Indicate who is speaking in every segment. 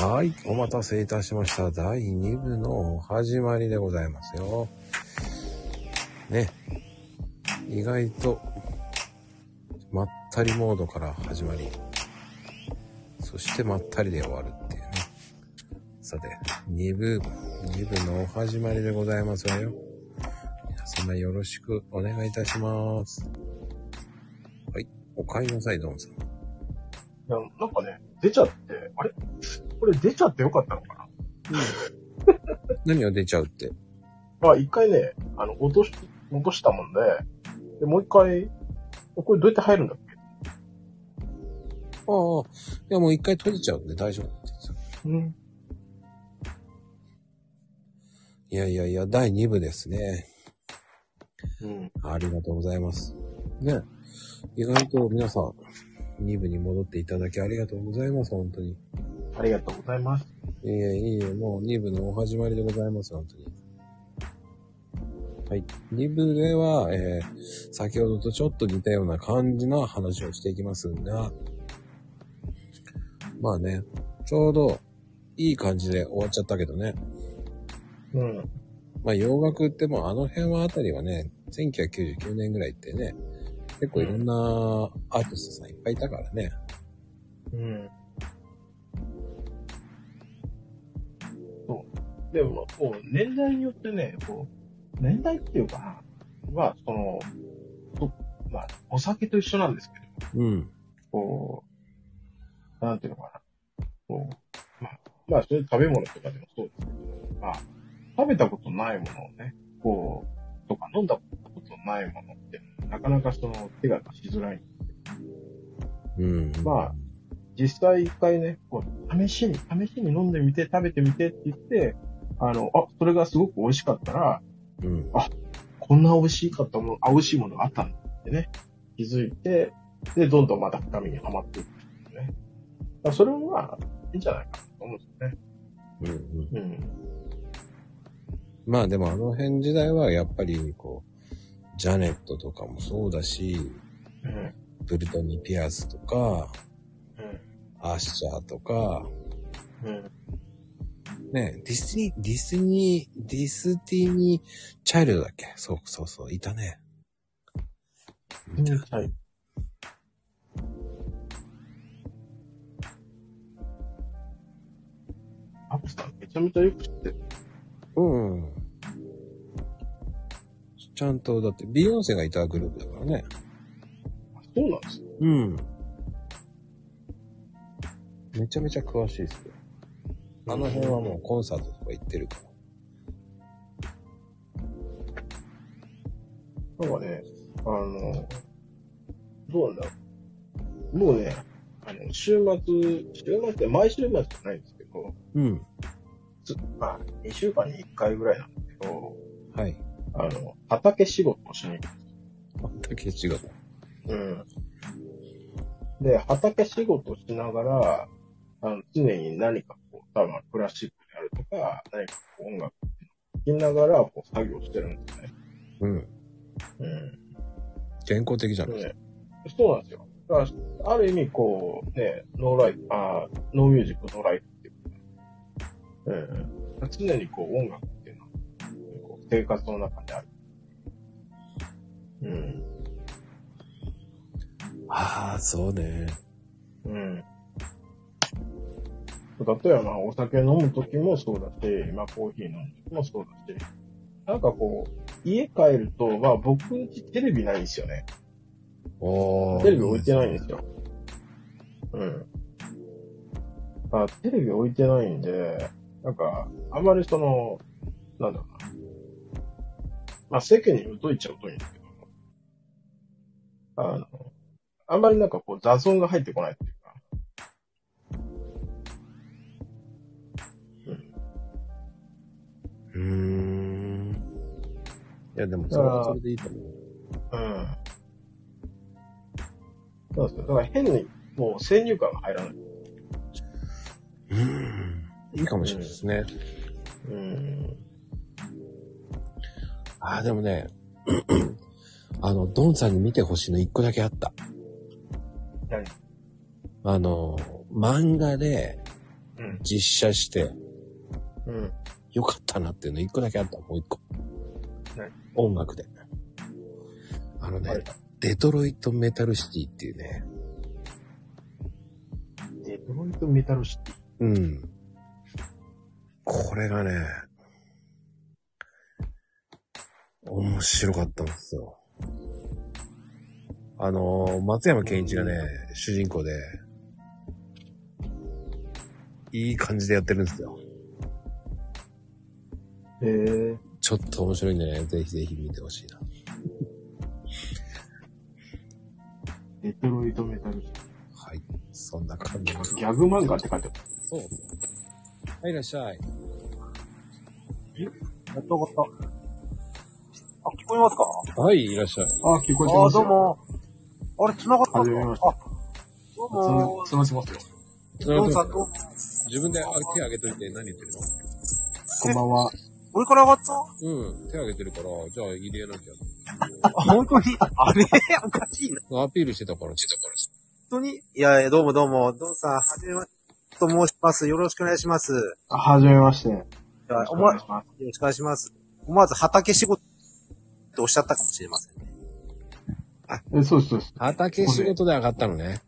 Speaker 1: はい、お待たせいたしました。第2部の始まりでございますよ。ね。意外と、まったりモードから始まり、そしてまったりで終わるっていうね。さて、2部、2部のお始まりでございますわよ。皆様よろしくお願いいたします。はい、お帰りなさい、ドンさん。い
Speaker 2: や、なんかね、出ちゃって、あれこれ出ちゃってよかったのかな
Speaker 1: うん。何が出ちゃうって。
Speaker 2: あ、一回ね、あの、落とし、落としたもんで、で、もう一回、これどうやって入るんだっけ
Speaker 1: ああ、いやもう一回閉じちゃうんで大丈夫ですよ。うん。いやいやいや、第2部ですね。うん。ありがとうございます。ね。意外と皆さん、2部に戻っていただきありがとうございます、本当に。
Speaker 2: ありがとうございます。
Speaker 1: いえいえ、もう2部のお始まりでございます、本当に。はい。2部では、えー、先ほどとちょっと似たような感じの話をしていきますが、まあね、ちょうどいい感じで終わっちゃったけどね。
Speaker 2: うん。
Speaker 1: まあ洋楽ってもうあの辺はあたりはね、1999年ぐらいってね、結構いろんなアーティストさんいっぱいいたからね。
Speaker 2: うん。そう。でも、こう、年代によってね、こう、年代っていうかな、は、その、とまあ、お酒と一緒なんですけ
Speaker 1: ど、うん。
Speaker 2: こう、なんていうのかな、こう、まあ、まあ、そういう食べ物とかでもそうですけど、まあ、食べたことないものをね、こう、とか飲んだことないものって、なかなかその手が出しづらい。
Speaker 1: うん。
Speaker 2: まあ、実際一回ね、こう、試しに、試しに飲んでみて、食べてみてって言って、あの、あ、それがすごく美味しかったら、
Speaker 1: うん。
Speaker 2: あ、こんな美味しかったもの、あ、美味しいものがあったんだってね、気づいて、で、どんどんまた深みにはまっていくっていうね。だそれもまあ、いいんじゃないかなと思うんですよね。うん、うん。うん。
Speaker 1: まあでもあの辺時代はやっぱり、こう、ジャネットとかもそうだし、
Speaker 2: うん。
Speaker 1: ブルトニー・ピアスとか、
Speaker 2: うん。
Speaker 1: アッシャーとか、
Speaker 2: うん。
Speaker 1: ねディスニー、ディスニー、ディスティニー・チャイルドだっけそうそうそう、いたね。
Speaker 2: いた。うん、はい。アプさんめちゃめちゃよく知ってる。
Speaker 1: うん。ちゃんと、だって、ビヨンセがいたグループだからね。
Speaker 2: そうなんですよ。。
Speaker 1: うん。めちゃめちゃ詳しいですよ。あの辺はもうコンサートとか行ってるから
Speaker 2: なんかね、あの、どうなんだろう。もうね、あの、週末、週末って毎週末じゃないんですけど、
Speaker 1: うん。
Speaker 2: つまあ、2週間に1回ぐらいなんだけど、
Speaker 1: はい。
Speaker 2: あの、畑仕事をしに行
Speaker 1: くんです畑仕事。
Speaker 2: うん。で、畑仕事しながら、あの常に何かこう、多分クラシックであるとか、何かこう音楽を聴きながら、こう作業してるんですね。
Speaker 1: うん。
Speaker 2: うん。
Speaker 1: 健康的じゃないです
Speaker 2: か。そうなんですよ。だから、ある意味こう、ね、ノーライフ、あノーミュージック、ノーライフっていう。うん。常にこう音楽っていうのは、こう生活の中である。うん。
Speaker 1: ああ、そうね。
Speaker 2: うん。例えば、まあ、お酒飲むときもそうだし、まあ、コーヒー飲むときもそうだし、なんかこう、家帰ると、まあ、僕んちテレビないんですよね。テレビ置いてないんですよ。うん。あテレビ置いてないんで、なんか、あんまりその、なんだろうな。まあ、世間に疎いっちゃ疎いんですけど、あの、あんまりなんかこう、雑音が入ってこないっていうか、
Speaker 1: うーん。いや、でも、それはそれでいいと思う。
Speaker 2: うん。そうですね。だから変に、もう先入観が入らない。
Speaker 1: うん。いいかもしれないですね。
Speaker 2: うん。うん
Speaker 1: ああ、でもね、 あの、ドンさんに見てほしいの一個だけあった。
Speaker 2: 何
Speaker 1: あの、漫画で、
Speaker 2: うん。
Speaker 1: 実写して、
Speaker 2: うん。
Speaker 1: よかったなっていうの一個だけあった、もう一個。
Speaker 2: はい
Speaker 1: 音楽で。あのね、
Speaker 2: はい
Speaker 1: デトロイトメタルシティっていうね、
Speaker 2: デトロイトメタルシティ。
Speaker 1: うん。これがね、面白かったんですよ。あのー、松山健一がね、主人公で、いい感じでやってるんですよ。
Speaker 2: へえ。
Speaker 1: ちょっと面白いんでね、ぜひぜひ見てほしいな。
Speaker 2: デトロイトメタルシテ
Speaker 1: はい。そんな感じです
Speaker 2: ィ。ギャグ漫画って書いてある。
Speaker 1: そう。はい、いらっしゃい。
Speaker 3: やっと終わった。あ、聞こえますか
Speaker 1: はい、いらっしゃい。
Speaker 2: あ、聞こえて
Speaker 3: あ
Speaker 2: ま
Speaker 3: ー、
Speaker 2: す
Speaker 3: どう
Speaker 2: よ。
Speaker 3: も。あれ、繋がったん
Speaker 2: はじめま
Speaker 3: です
Speaker 2: し
Speaker 3: かあ、どうも。
Speaker 2: つなしますよ。
Speaker 3: どうもさん、どうも。
Speaker 1: 自分であ手あげといて何言ってる
Speaker 2: こんばんは。
Speaker 3: 俺から上がった
Speaker 1: のうん、手あげてるから、じゃあ入れなき
Speaker 3: あ、本当にあれ おかしいな。
Speaker 1: ゃ。アピールしてたから。してたから。
Speaker 3: 本当にいやいや、どうもどうも。どうもさん、はじめまして。と申します。よろしくお願いします。よ
Speaker 2: あはじめまして。よ
Speaker 3: ろ
Speaker 2: ろ
Speaker 3: し
Speaker 2: しく
Speaker 3: くお
Speaker 2: お
Speaker 3: 願
Speaker 2: 願
Speaker 3: い
Speaker 2: い
Speaker 3: し
Speaker 2: しま
Speaker 3: ます。思わず畑仕事っておっしゃったかもしれません
Speaker 2: す。え、
Speaker 3: ね。
Speaker 2: そうです、そうです。
Speaker 1: 畑仕事で上がったのね。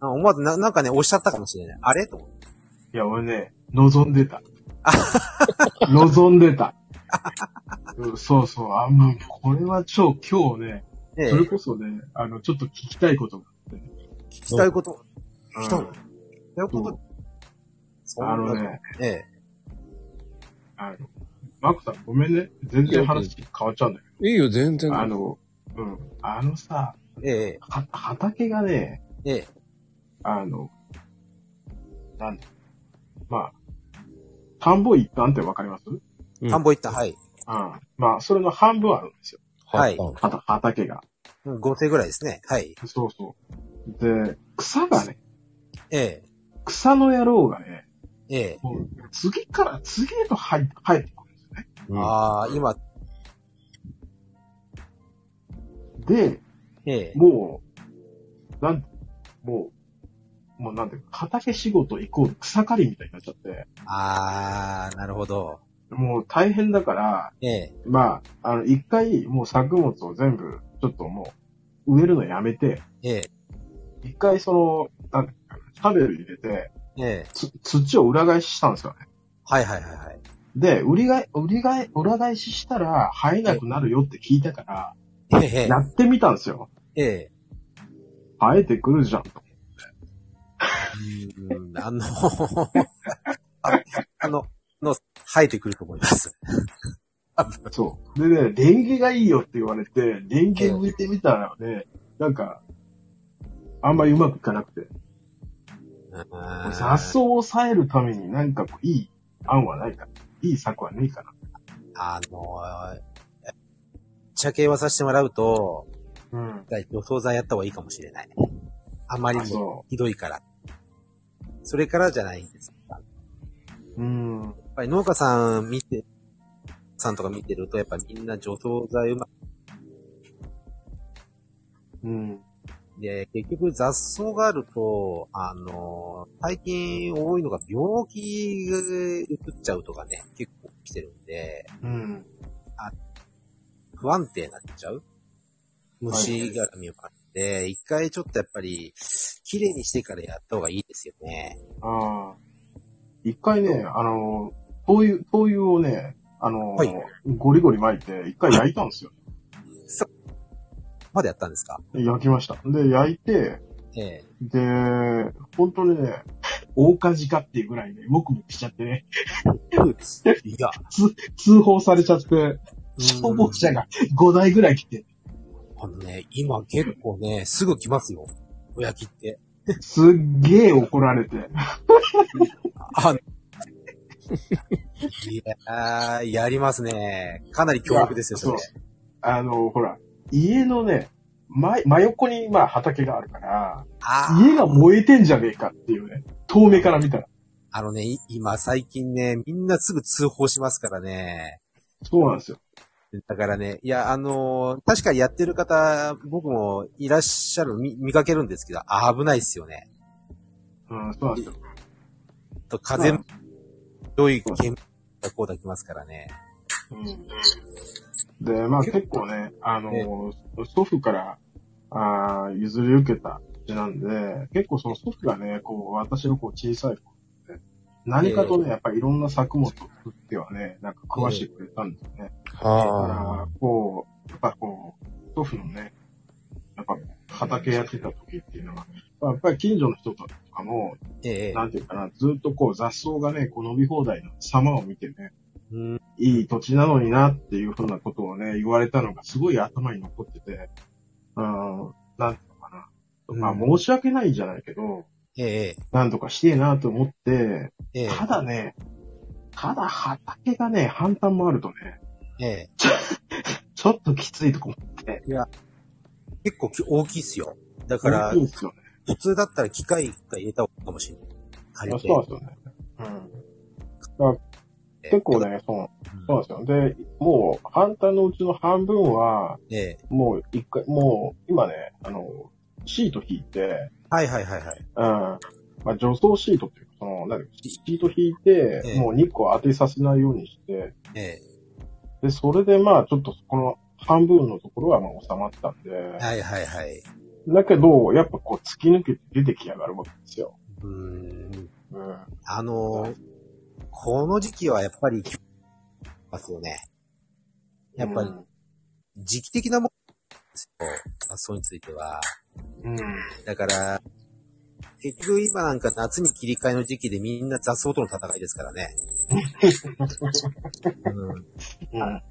Speaker 3: あ思わずな、なんかね、おっしゃったかもしれない。あれと思って。
Speaker 2: いや、俺ね、望んで た。望んでた。うんそうそう。あ、もう、これは超今日ね、
Speaker 3: ええ
Speaker 2: それこそね、あの、ちょっと聞きたいことがあってね。
Speaker 3: 聞きたいこと、
Speaker 2: うん
Speaker 3: 来たの聞きたいこと、そ
Speaker 2: あ
Speaker 3: ん
Speaker 2: の
Speaker 3: な
Speaker 2: ね、
Speaker 3: ええ。
Speaker 2: あの、マクさんごめんね。全然話変わっちゃうんだけ
Speaker 1: いいよ、全然。
Speaker 2: ど。あの、うん。あのさ、
Speaker 3: え
Speaker 2: は畑がね、
Speaker 3: え、ええ、
Speaker 2: あの、なんだまあ、田んぼ一貫ってわかりますうん。
Speaker 1: うん
Speaker 3: 田んぼ行った、はい。
Speaker 2: まあ、それの半分あるんですよ。
Speaker 3: はい
Speaker 1: 葉っぱ
Speaker 2: はた畑が。
Speaker 3: うん5手ぐらいですね。はい。
Speaker 2: そうそう。で、草がね、
Speaker 3: え
Speaker 2: 草の野郎がね、
Speaker 3: え、ええ。
Speaker 2: もう次から次へと入って、入ってくるんですよね。
Speaker 1: うん
Speaker 3: ああ、今、
Speaker 2: で、
Speaker 3: ええ、
Speaker 2: もう、なん、もう、もうなんていうか、畑仕事イコール草刈りみたいになっちゃって、
Speaker 3: ああ、なるほど。
Speaker 2: もう大変だから、
Speaker 3: ええ、
Speaker 2: まあ、あの、一回、もう作物を全部、ちょっともう、植えるのやめて、
Speaker 3: ええ、
Speaker 2: 一回その、なんていうかな、シャベル入れて、
Speaker 3: ええ。
Speaker 2: つ土を裏返ししたんですよね。
Speaker 3: はいはいはいはい。
Speaker 2: で、売りがえ、売りがえ、裏返ししたら生えなくなるよって聞いたか
Speaker 3: え
Speaker 2: ら、
Speaker 3: え
Speaker 2: や、ってみたんですよ。
Speaker 3: ええ。
Speaker 2: 生えてくるじゃんと。
Speaker 3: うーん、あの、 ああの、の、生えてくると思います。
Speaker 2: そう。でね、レンゲがいいよって言われて、レンゲ植えてみたらね、なんか、あんまりうまくいかなくて、
Speaker 3: あー
Speaker 2: 雑草を抑えるためになんかこういい案はないかいい策はねえか
Speaker 3: あの、えぶっちゃけ言わさせてもらうと、
Speaker 2: な。うん。
Speaker 3: 予想剤やった方がいいかもしれない。あまり
Speaker 2: あ、
Speaker 3: にも
Speaker 2: そ
Speaker 3: ひどいから。それからじゃないんです。
Speaker 2: う。うん。
Speaker 3: やっぱり農家さん見て、さんとか見てると、やっぱみんな除草剤うまく
Speaker 2: うん。
Speaker 3: て、結局雑草があると、あのー最近多いのが病気が移っちゃうとかね、結構来てるんで、
Speaker 2: うん。
Speaker 3: 不安定になっちゃう虫がみを買って、一回ちょっとやっぱり、綺麗にしてからやった方がいいですよね。
Speaker 2: ああ。一回ね、あの、灯油、灯油をね、あの、
Speaker 3: はい
Speaker 2: ゴリゴリ巻いて、一回焼いたんですよ。
Speaker 3: まだやったんですか
Speaker 2: 焼きました。で、焼いて、
Speaker 3: ええ
Speaker 2: で、本当にね、大火事かっていうぐらいね、もくもくしちゃってね、
Speaker 3: いや、
Speaker 2: 通通報されちゃって、
Speaker 3: うん
Speaker 2: 消防車が5台ぐらい来て、
Speaker 3: あのね、今結構ね、すぐ来ますよ。おやきって。
Speaker 2: すっげえ怒られて、
Speaker 3: あいやー、やりますね。かなり強力ですよ、
Speaker 2: いや
Speaker 3: それ。
Speaker 2: あの、ほら、家のね、真真横にまあ畑があるから、
Speaker 3: あ
Speaker 2: 家が燃えてんじゃねえかっていうね、遠目から見たら。
Speaker 3: あのね、い今最近ね、みんなすぐ通報しますからね。
Speaker 2: そうなんですよ。
Speaker 3: だからね、いや、あのー確かにやってる方、僕もいらっしゃる、見見かけるんですけど、危ないっすよね。
Speaker 2: うん、そうなんですよ。
Speaker 3: と風
Speaker 2: うん
Speaker 3: も、良い煙がこうだきますからね。
Speaker 2: で、まあ結構ね、あの、祖父から、あー譲り受けた血なんで、結構その祖父がね、こう、私のこう小さい頃って、何かとね、やっぱりいろんな作物を作ってはね、なんか食わしてくれたんですよね。だから、こう、やっぱこう、祖父のね、やっぱ畑やってた時っていうのは、まあやっぱり近所の人とかも、
Speaker 3: ええ。
Speaker 2: なんていうかな、ずっとこう雑草がね、こう伸び放題の様を見てね、
Speaker 3: うん。
Speaker 2: いい土地なのになっていうふうなことをね、言われたのがすごい頭に残ってて、うん、なんていうのかな。まあ
Speaker 3: うん
Speaker 2: 申し訳ないじゃないけど、
Speaker 3: ええ。
Speaker 2: なんとかしてえなと思って、
Speaker 3: ええ。
Speaker 2: ただね、ただ畑がね、反対もあるとね、
Speaker 3: ええ。
Speaker 2: ちょっときついとこも
Speaker 3: 結構き大きいっすよ。だから
Speaker 2: 大きい、んですよね。
Speaker 3: 普通だったら機械が入れた方がいいかもしれない。借りて。
Speaker 2: そうですよね。うん。だから結構ね、そう、そうなんですよ。で、もう反対のうちの半分は、
Speaker 3: ええ。
Speaker 2: もう一回、もう今ね、あの、シート引いて、
Speaker 3: はいはいはいはい。
Speaker 2: うんまあ、除草シートっていうか、その、何シート引いて
Speaker 3: え、え
Speaker 2: もう日光当てさせないようにして、
Speaker 3: ええ。
Speaker 2: で、それでまあ、ちょっとこの半分のところはまあ収まったんで、
Speaker 3: はいはいはい。
Speaker 2: だけど、やっぱこう突き抜けて出てきやがるわけですよ。
Speaker 3: うーん。
Speaker 2: うん。
Speaker 3: あのーこの時期はやっぱり、ますよね。やっぱり時期的なもんですよ。雑草については。
Speaker 2: うん。うん。
Speaker 3: だから、結局今なんか夏に切り替えの時期でみんな雑草との戦いですからね。うん、
Speaker 2: うん。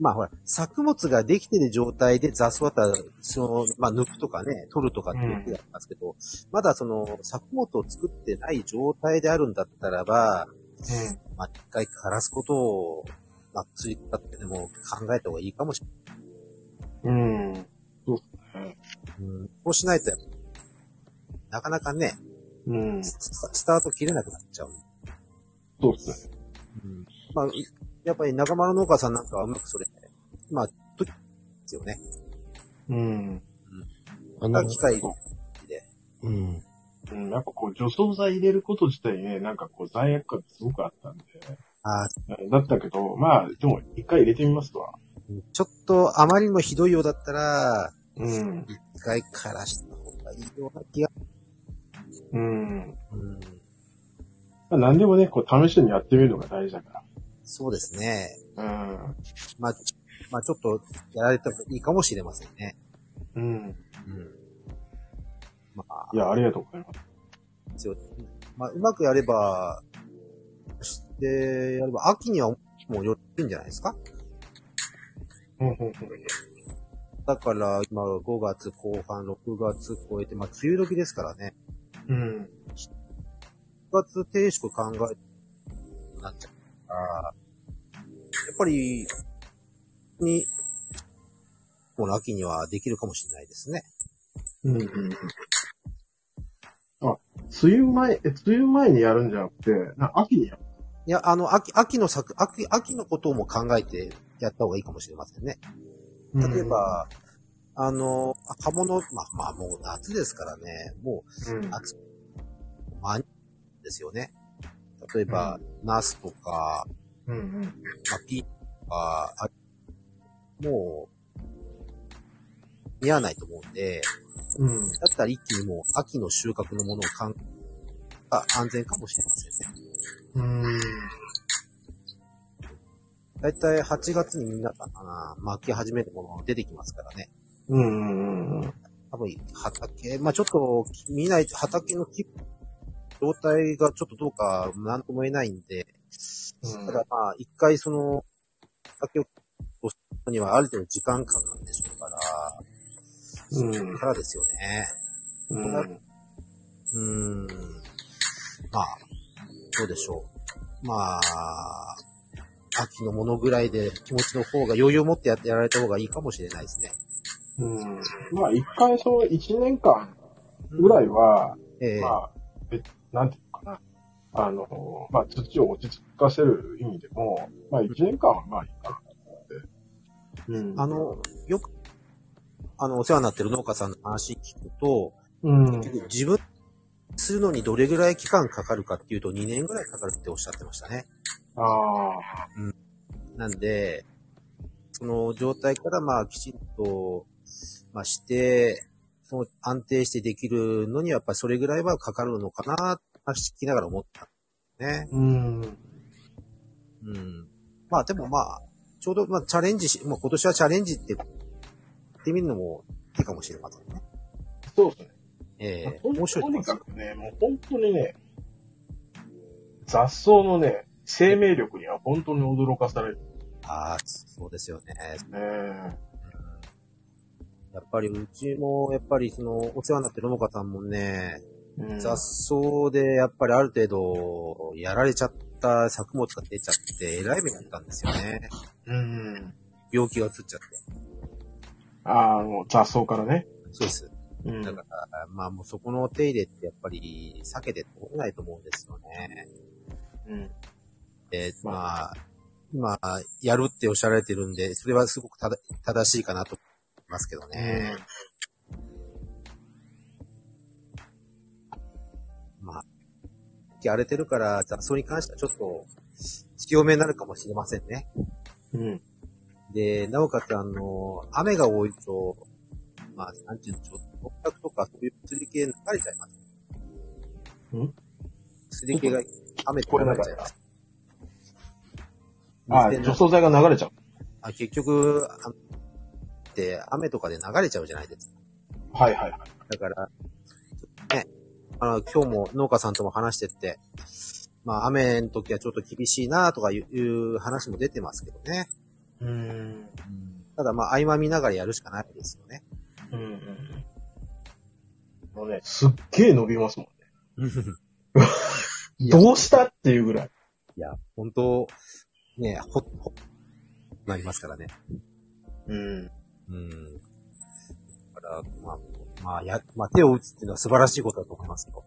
Speaker 3: まあほら、作物ができてる状態で雑草だったら、その、まあ抜くとかね、取るとかっていう手がありますけど、まだその作物を作ってない状態であるんだったらば、まあ一回枯らすことを、まあついたってでも考えた方がいいかもしれ
Speaker 2: うん。うん。
Speaker 3: ない。うん、そうしないと、なかなかね、
Speaker 2: うん。
Speaker 3: ススタート切れなくなっちゃう。
Speaker 2: そうっすね。
Speaker 3: まあ、やっぱり仲間の農家さんなんかはうまくそれ、まあ、とですよね。
Speaker 2: うん。
Speaker 1: あ
Speaker 3: ま
Speaker 1: の
Speaker 3: あ、機械で。
Speaker 1: うん。
Speaker 2: うん、やっぱこう除草剤入れること自体ね、なんかこう罪悪感がすごくあったんで、
Speaker 3: あー
Speaker 2: だったけど、まあ、でも一回入れてみますわ。
Speaker 3: ちょっと、あまりにもひどいようだったら、
Speaker 2: うん。
Speaker 3: 一回枯らした方がいいような気が。
Speaker 2: うん。
Speaker 3: うん、
Speaker 2: まあ、何でもね、こう試してやってみるのが大事だか
Speaker 3: そうですね。
Speaker 2: ら。
Speaker 3: まあ、ちまあ、ちょっと、やられてもいいかもしれませんね。
Speaker 2: うん。うん。
Speaker 3: うん。まあ、
Speaker 2: いや、ありがとうございます。
Speaker 3: そうまあ、うまくやれば、して、やれば、秋にはもうよるんじゃないですか
Speaker 2: うんうんうん
Speaker 3: だから、今5月後半、6月超えて、まあ、梅雨時ですからね。
Speaker 2: うん。
Speaker 3: 6月定食考えてなっちゃうから、やっぱり、に、この秋にはできるかもしれないですね。
Speaker 2: うんうんうん。あ、梅雨前、え、梅雨前にやるんじゃなくて、な秋にやる。
Speaker 3: いや、あの、秋、秋の作、秋、秋のことも考えてやった方がいいかもしれませんね。例えば、あの、刃物、まあ、まあ、もう夏ですからね、もう、
Speaker 2: うん、うん。
Speaker 3: 夏、まあ、ですよね。例えば、ナスとか、
Speaker 2: うん
Speaker 3: まあ、ピーとか、あもう、似合わないと思うんで、
Speaker 2: うん。うん。
Speaker 3: だったら一気にもう秋の収穫のものをかん、が安全かもしれませんね。
Speaker 2: うん。
Speaker 3: だいたい8月にみんなが、あー巻き始めるものが出てきますからね。
Speaker 2: うん。うん。
Speaker 3: 多分、畑、まあちょっと、見ない、畑の木状態がちょっとどうか、なんとも言えないんで、
Speaker 2: うん
Speaker 3: ただまあ、一回その、畑を押すにはある程度時間かかるでしょうから、
Speaker 2: うん
Speaker 3: そこからですよね。
Speaker 2: うん。
Speaker 3: うーん。まあ、どうでしょう。まあ、秋のものぐらいで気持ちの方が余裕を持ってやってやられた方がいいかもしれないですね。
Speaker 2: うん。まあ、一回その一年間ぐらいは、
Speaker 3: ええ
Speaker 2: まあ、えなんていうのかな。あの、まあ、土を落ち着かせる意味でも、まあ、一年間はまあいいかなと思って。うん
Speaker 3: あ、の、よく、あの、お世話になってる農家さんの話聞くと、
Speaker 2: うん。
Speaker 3: 自分、するのにどれぐらい期間かかるかっていうと2年ぐらいかかるっておっしゃってましたね。
Speaker 2: ああ。
Speaker 3: なんで、その状態からまあきちんと、まあして、その安定してできるのにはやっぱりそれぐらいはかかるのかな、話聞きながら思ったんですね。
Speaker 2: うん。
Speaker 3: うん。まあでもまあ、ちょうどまあチャレンジし、まあ今年はチャレンジって、やってみるのもいいかもしれませんね。
Speaker 2: そうですね。
Speaker 3: ええ
Speaker 2: とに
Speaker 3: 面白いと
Speaker 2: と
Speaker 3: 思い
Speaker 2: に
Speaker 3: ます
Speaker 2: かくね、もう本当にね、雑草のね、生命力には本当に驚かされる
Speaker 3: ああ、そうですよね。
Speaker 2: ね。
Speaker 3: やっぱりうちも、やっぱりその、お世話になってるもかさんもね、
Speaker 2: うん
Speaker 3: 雑草でやっぱりある程度、やられちゃった作物が出ちゃって、えらい目だったんですよね。
Speaker 2: うん。
Speaker 3: 病気が移っちゃって。
Speaker 2: ああ、もう雑草からね。
Speaker 3: そうです。
Speaker 2: うん。
Speaker 3: だから、まあもうそこのお手入れってやっぱり避けて通れないと思うんですよね。
Speaker 2: うん。
Speaker 3: で、まあ、今、やるっておっしゃられてるんで、それはすごくただ正しいかなと思いますけどね。まあ、荒れてるから、雑草に関してはちょっと、強めになるかもしれませんね。
Speaker 2: うん。
Speaker 3: で、なおかつ、あの、雨が多いと、まあ、なんていうの、ちょっと、骨格とか、そういう釣り系流れちゃいます。
Speaker 2: ん
Speaker 3: 釣り系が、雨で
Speaker 2: これ
Speaker 3: 流
Speaker 2: なん
Speaker 3: れ
Speaker 2: か
Speaker 3: ちゃいます。
Speaker 2: ああ、
Speaker 3: 水で
Speaker 2: 除草剤が流れちゃう。
Speaker 3: あ結局、あので、雨とかで流れちゃうじゃないですか
Speaker 2: はいはいはい。
Speaker 3: だから、ね、あの、今日も農家さんとも話してって、まあ、雨の時はちょっと厳しいなとかいういう話も出てますけどね。
Speaker 2: うん。
Speaker 3: ただ、まあ、合間見ながらやるしかないですよね。
Speaker 2: うんうんうん。もうね、すっげえ伸びますもんね。
Speaker 3: いや、
Speaker 2: どうしたっていうぐらい。
Speaker 3: いや本当ね、ほっ、ほっ、なりますからね。
Speaker 2: うん。
Speaker 3: うん。だから、まあ、まあ、や、まあ、手を打つっていうのは素晴らしいことだと思いますよ。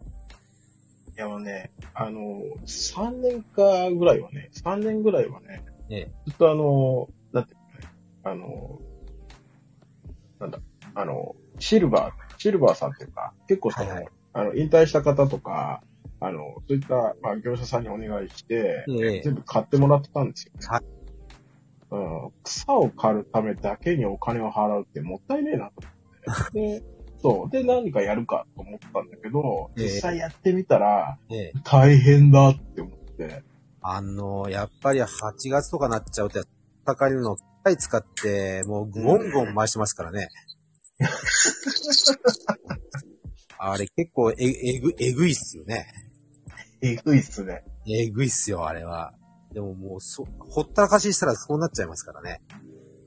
Speaker 2: いやもうね、あの、3年かぐらいはね、3年ぐらいはね、
Speaker 3: ええ
Speaker 2: ずっとあの、なんていうのね、あの、なんだ、あの、シルバー、シルバーさんっていうか、結構その、
Speaker 3: はいはい
Speaker 2: あの、引退した方とか、あの、そういった、まあ、業者さんにお願いして、
Speaker 3: ええ
Speaker 2: 全部買ってもらってたんですよ、ね
Speaker 3: はい
Speaker 2: うん。草を刈るためだけにお金を払うってもったいねえなと思って。 で、そう。で、何かやるかと思ったんだけど、
Speaker 3: ええ
Speaker 2: 実際やってみたら、
Speaker 3: ええ。
Speaker 2: 大変だって思って。
Speaker 3: あの、やっぱり8月とかなっちゃうと、かりのをいっぱい使って、もうゴンゴン回してますから ね。あれ結構え、えぐ、えぐいっすよね。
Speaker 2: えぐいっすね。
Speaker 3: えぐいっすよ、あれは。でももう、そ、ほったらかししたらそうなっちゃいますからね。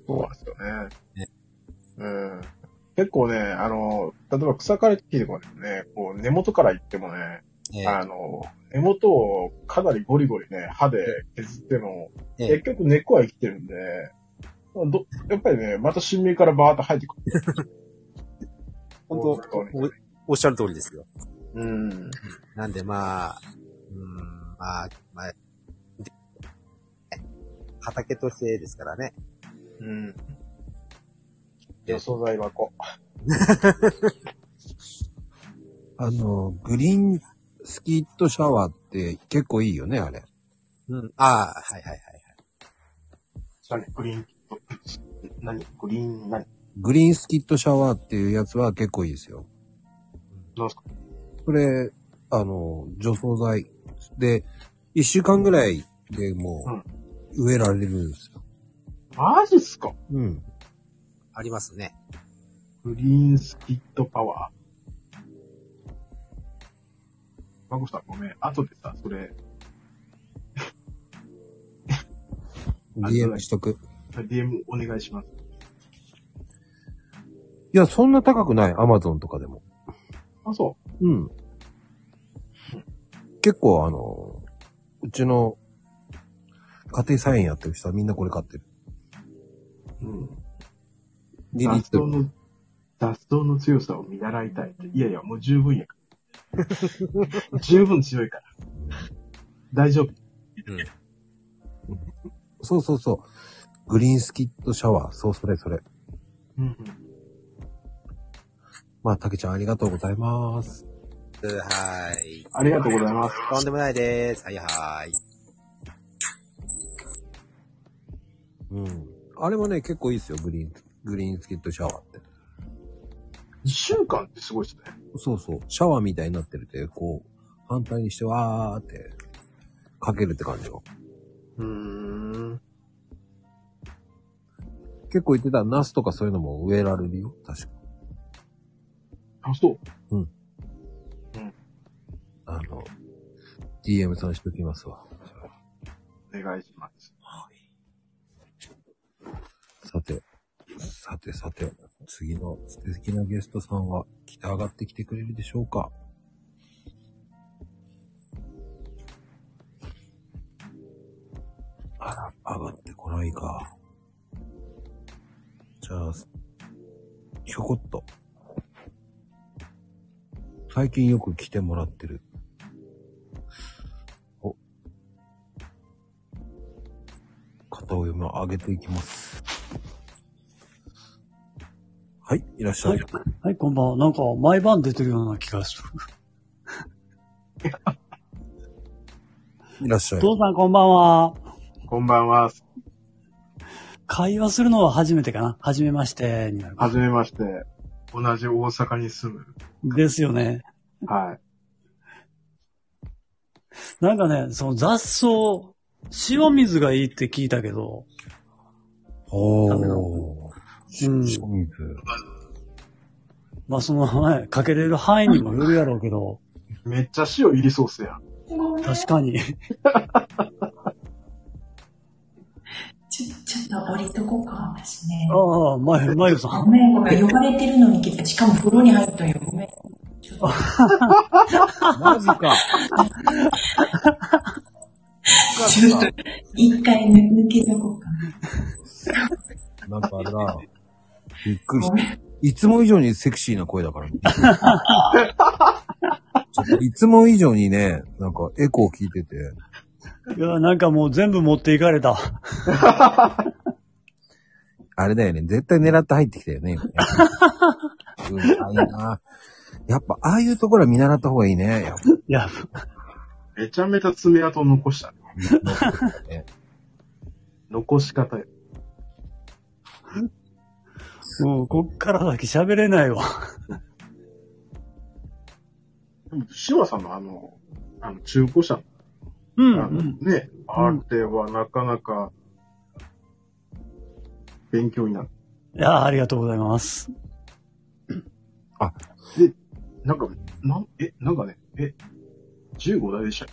Speaker 2: そうなんですよね。
Speaker 3: ね
Speaker 2: うん。結構ね、あの、例えば草刈り機とかでもね、こう根元から行ってもね、
Speaker 3: え
Speaker 2: あの、根元をかなりゴリゴリね、歯で削っても、
Speaker 3: ええ
Speaker 2: 結局根っこは生きてるんで、まあどやっぱりね、また新芽からバーッと生えてくる。
Speaker 3: 本当おおっしゃる通りですよ。
Speaker 2: うん。
Speaker 3: なんでまあ、うーん、まあ、まあ、で畑としてですからね。
Speaker 2: うん。
Speaker 3: え
Speaker 2: 除草剤箱。
Speaker 1: あの、グリーンスキットシャワーって結構いいよね、あれ。
Speaker 3: うん、ああ、はいはいはい。
Speaker 2: 何グリーン、何グリーン、何
Speaker 1: グリーンスキットシャワーっていうやつは結構いいですよ。
Speaker 2: なんすか
Speaker 1: これ、あの、除草剤で、一週間ぐらいでもう、植えられるんですよ。
Speaker 2: マジっすか
Speaker 1: うん。
Speaker 3: ありますね。
Speaker 2: グリーンスキットパワー。マコさんごめん。後でさ、それ、あそうだ
Speaker 1: DM しとく。
Speaker 2: DM お願いします。
Speaker 1: いや、そんな高くない。アマゾンとかでも。
Speaker 2: あ、そ
Speaker 1: うん。結構あの、うちの家庭菜園やってる人はみんなこれ買ってる。
Speaker 2: う。うん。
Speaker 1: リリ
Speaker 2: 雑
Speaker 1: ッ
Speaker 2: 草
Speaker 1: ト。
Speaker 2: の、雑草の強さを見習いたい。いやいや、もう十分やから。十分強いから。大丈夫。
Speaker 1: そうそうそう。グリーンスキットシャワー。そう、それそれ。
Speaker 2: うんうん。
Speaker 1: まあ、たけちゃんありがとうございます。
Speaker 3: はい。
Speaker 2: ありがとうございます。
Speaker 3: とんでもないです。はいはい。
Speaker 1: うん。あれもね、結構いいですよ、グリーン、グリーンスキットシャワーって。
Speaker 2: 一週間ってすごいですね。
Speaker 1: そうそう。シャワーみたいになってるって、こう、反対にしてわーって、かけるって感じよ。
Speaker 2: うーん。
Speaker 1: 結構言ってた、ナスとかそういうのも植えられるよ、確か。
Speaker 2: あ、そう。
Speaker 1: あの、DM さんしときますわ。
Speaker 2: お願いします。
Speaker 1: さて、さてさて、次の素敵なゲストさんは来て上がってきてくれるでしょうかあら、上がってこないか。じゃあ、ひょこっと。最近よく来てもらってる。お。片をも上げていきます。はい、いらっしゃい。
Speaker 4: はい、こんばんは。なんか、毎晩出てるような気がする。
Speaker 1: いらっしゃい。
Speaker 4: 父さん、こんばんは。
Speaker 2: こんばんは。
Speaker 4: 会話するのは初めてかな。初めましてになる。
Speaker 2: はじめまして。同じ大阪に住む。
Speaker 4: ですよね。
Speaker 2: はい。
Speaker 4: なんかね、その雑草、塩水がいいって聞いたけど、
Speaker 1: お
Speaker 4: ダメな
Speaker 1: ー。
Speaker 4: うん
Speaker 1: 塩水。
Speaker 4: まあその、ね、かけれる範囲にもよるやろうけど、
Speaker 2: めっちゃ塩入りそうっすやん。
Speaker 4: 確かに。
Speaker 5: ちょ、ちょっと降りとこうか、私ね。
Speaker 4: ああ、まゆ、まゆさ
Speaker 5: ご
Speaker 4: ん。
Speaker 5: めん、ごめん、呼ばれてるのに来て、しかも風呂に入ったんよ。ごめん。ちょっと、
Speaker 1: マジか。
Speaker 5: ちょっと、一回抜抜けとこうかな。
Speaker 1: なんかあれだ。びっくりし
Speaker 5: ごめん。
Speaker 1: いつも以上にセクシーな声だから。ちょっと いつも以上にね、なんかエコー聞いてて、
Speaker 4: いや、なんかもう全部持っていかれた。
Speaker 1: あれだよね、絶対狙って入ってきたよね。今ねうまいな。やっぱ、ああいうところは見習った方がいいね。やっ
Speaker 4: いや、
Speaker 2: めちゃめちゃ爪痕残 したね。
Speaker 1: ぱね。
Speaker 2: 残し方よ。
Speaker 4: もうこっからだけ喋れないわ。
Speaker 2: でも、シワさんのあの、あの、中古車
Speaker 4: うん、う
Speaker 2: あの
Speaker 4: ん。
Speaker 2: ね、あれはなかなか、勉強になる。
Speaker 4: いや、ありがとうございます。
Speaker 2: なんか、なん、え、なんかね、え、15台でしたっ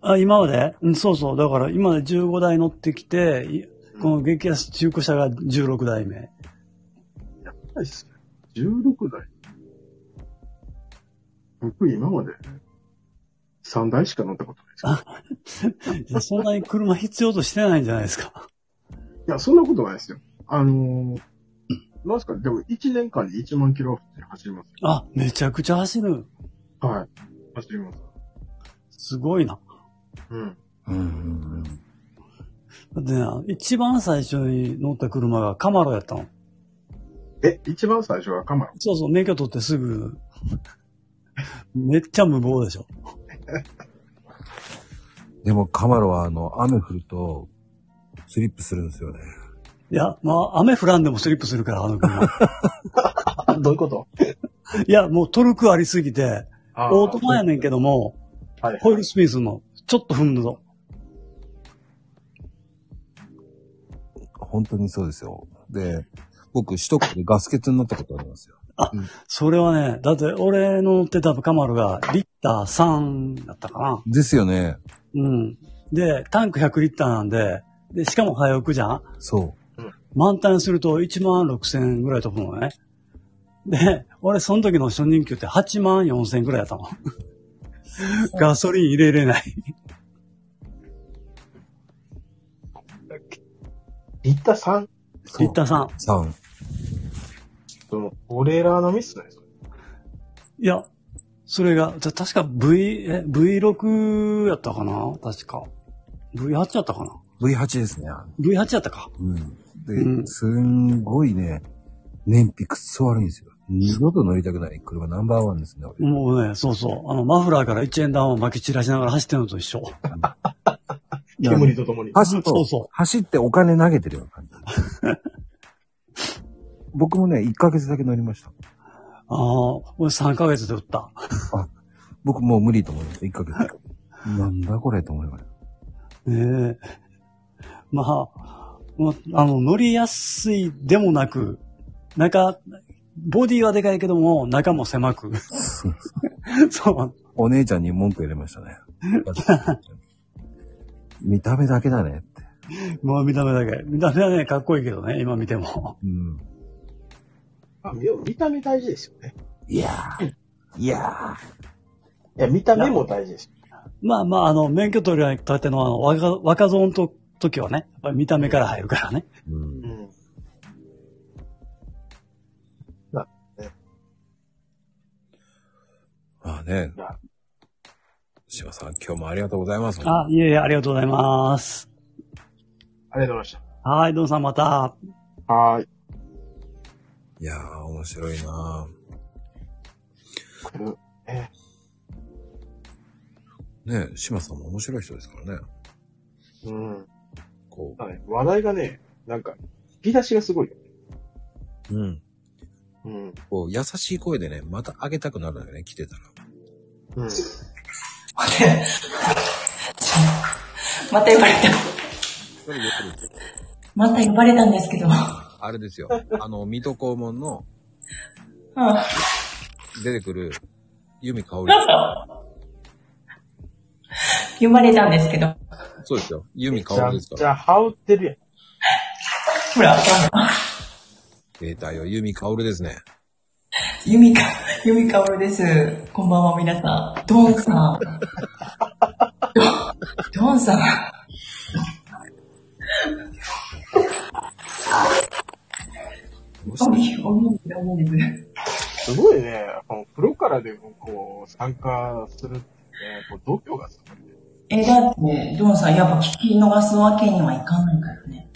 Speaker 4: あ、今までうん、そうそう。だから今まで15台乗ってきて、いこの激安中古車が16台目。
Speaker 2: けやばいっすね。16台。僕今まで、3台しか乗ったことないですよ。
Speaker 4: いやそんなに車必要としてないんじゃないですか。
Speaker 2: いや、そんなことないですよ。あのー、なんすか、でも1年間に1万キロ走りますよ。
Speaker 4: あ、めちゃくちゃ走る。
Speaker 2: はい。走ります。
Speaker 4: すごいな。
Speaker 2: うん。
Speaker 1: うんうん
Speaker 4: だってな、一番最初に乗った車がカマロやったの。
Speaker 2: え、一番最初はカマラ。
Speaker 4: そうそう、免許取ってすぐ。めっちゃ無謀でしょ。
Speaker 1: うん。でもカマロはあの、雨降ると、スリップするんですよね。
Speaker 4: いや、まあ、雨降らんでもスリップするから、あの車。
Speaker 2: あ、どういうこと
Speaker 4: いや、もうトルクありすぎて、
Speaker 2: あ
Speaker 4: オートマやねんけども、
Speaker 2: はい。
Speaker 4: ホイールスピンするの。ちょっと踏むぞ。
Speaker 1: 本当にそうですよ。で、僕、首都高でガス欠になったことありますよ。
Speaker 4: それはね、だって俺の乗ってたカマロがリッター3だったかな。
Speaker 1: ですよね。
Speaker 4: うん。で、タンク100リッターなんで、で、しかも早くじゃん
Speaker 1: そう。
Speaker 4: 満タンすると1万6千円ぐらい飛ぶのね。で、俺その時の初任給って8万4千円ぐらいやったの。ガソリン入れれない。
Speaker 2: リッター3。
Speaker 4: リッターさん。
Speaker 1: さん。
Speaker 2: その、トレーラーのミスなんですよ。
Speaker 4: いや、それが、じゃ、確か V、え、V6 やったかな確か。V8 やったかな
Speaker 1: V8 ですね。
Speaker 4: ?V8 やったか。
Speaker 1: うん。で、
Speaker 4: うん
Speaker 1: すんごいね、燃費くっそ悪いんですよ。二度と乗りたくない車ナンバーワンですね、俺。
Speaker 4: もうね、そうそう。あの、マフラーから一円玉を巻き散らしながら走ってるのと一緒。
Speaker 2: 煙とともに。
Speaker 1: 走っ
Speaker 4: そうそ
Speaker 1: 走ってお金投げてるような感じ。僕もね、1ヶ月だけ乗りました。
Speaker 4: う。ああ、俺3ヶ月で売った。
Speaker 1: 僕もう無理と思いました、1ヶ月。 なんだこれと思いました。
Speaker 4: ねえ。まあ、まあの、乗りやすいでもなく、中、ボディはでかいけども、中も狭く。そう。
Speaker 1: お姉ちゃんに文句入れました ね。見た目だけだねって。
Speaker 4: もう見た目だけ。見た目はね、かっこいいけどね、今見ても。
Speaker 1: うん。
Speaker 2: あ見よ見た目大事ですよね。
Speaker 1: いやー。いや
Speaker 2: いや、見た目も大事です。
Speaker 4: まあまあ、あの、免許取り立ての、あの、若、若造のと時はね、やっぱり見た目から入るからね。
Speaker 1: ー。うん。
Speaker 2: ん。
Speaker 1: まあね
Speaker 2: な。
Speaker 1: 志麻さん、今日もありがとうございます。
Speaker 4: あ、いえいえ、ありがとうございます。
Speaker 2: ありがとうございまし
Speaker 4: はい、どうもさんまた。
Speaker 2: た。はーい。
Speaker 1: いやー、面白いな
Speaker 2: これ
Speaker 1: ー。ねえ、志麻さんも面白い人ですからね。
Speaker 2: うん。
Speaker 1: こ
Speaker 2: はい。話題がね、なんか、引き出しがすごいよ。
Speaker 1: う、うん。
Speaker 2: うん。
Speaker 1: こう、優しい声でね、また上げたくなるのよね、来てたら。
Speaker 2: うん。
Speaker 5: 待って。ちょまた呼ばれた。
Speaker 1: それよく
Speaker 5: また呼ばれたんですけど。うん。
Speaker 1: あれです よ。あの、水戸黄門の
Speaker 5: あ
Speaker 1: 出てくる、由美香織。
Speaker 5: 呼ばれたんですけど。
Speaker 1: そうですよ。由美香
Speaker 2: じゃ
Speaker 1: 織
Speaker 2: あ、
Speaker 1: です
Speaker 2: じ
Speaker 1: から。
Speaker 2: ゃあ、羽織ってるやん。
Speaker 5: ほら、あかんわ
Speaker 1: 出たよ、由美香織ですね。
Speaker 5: ゆみか、ゆみかおるです。こんばんは、皆さん。ドンさん。ドンドンさん。
Speaker 1: どうし
Speaker 5: お
Speaker 1: た
Speaker 5: み、おみで思うんです。
Speaker 2: すごいね。あのプロからでも、こう、参加するってね、こう度胸がすごいね。
Speaker 5: え、だって、ドンさん、やっぱ聞き逃すわけにはいかないからね。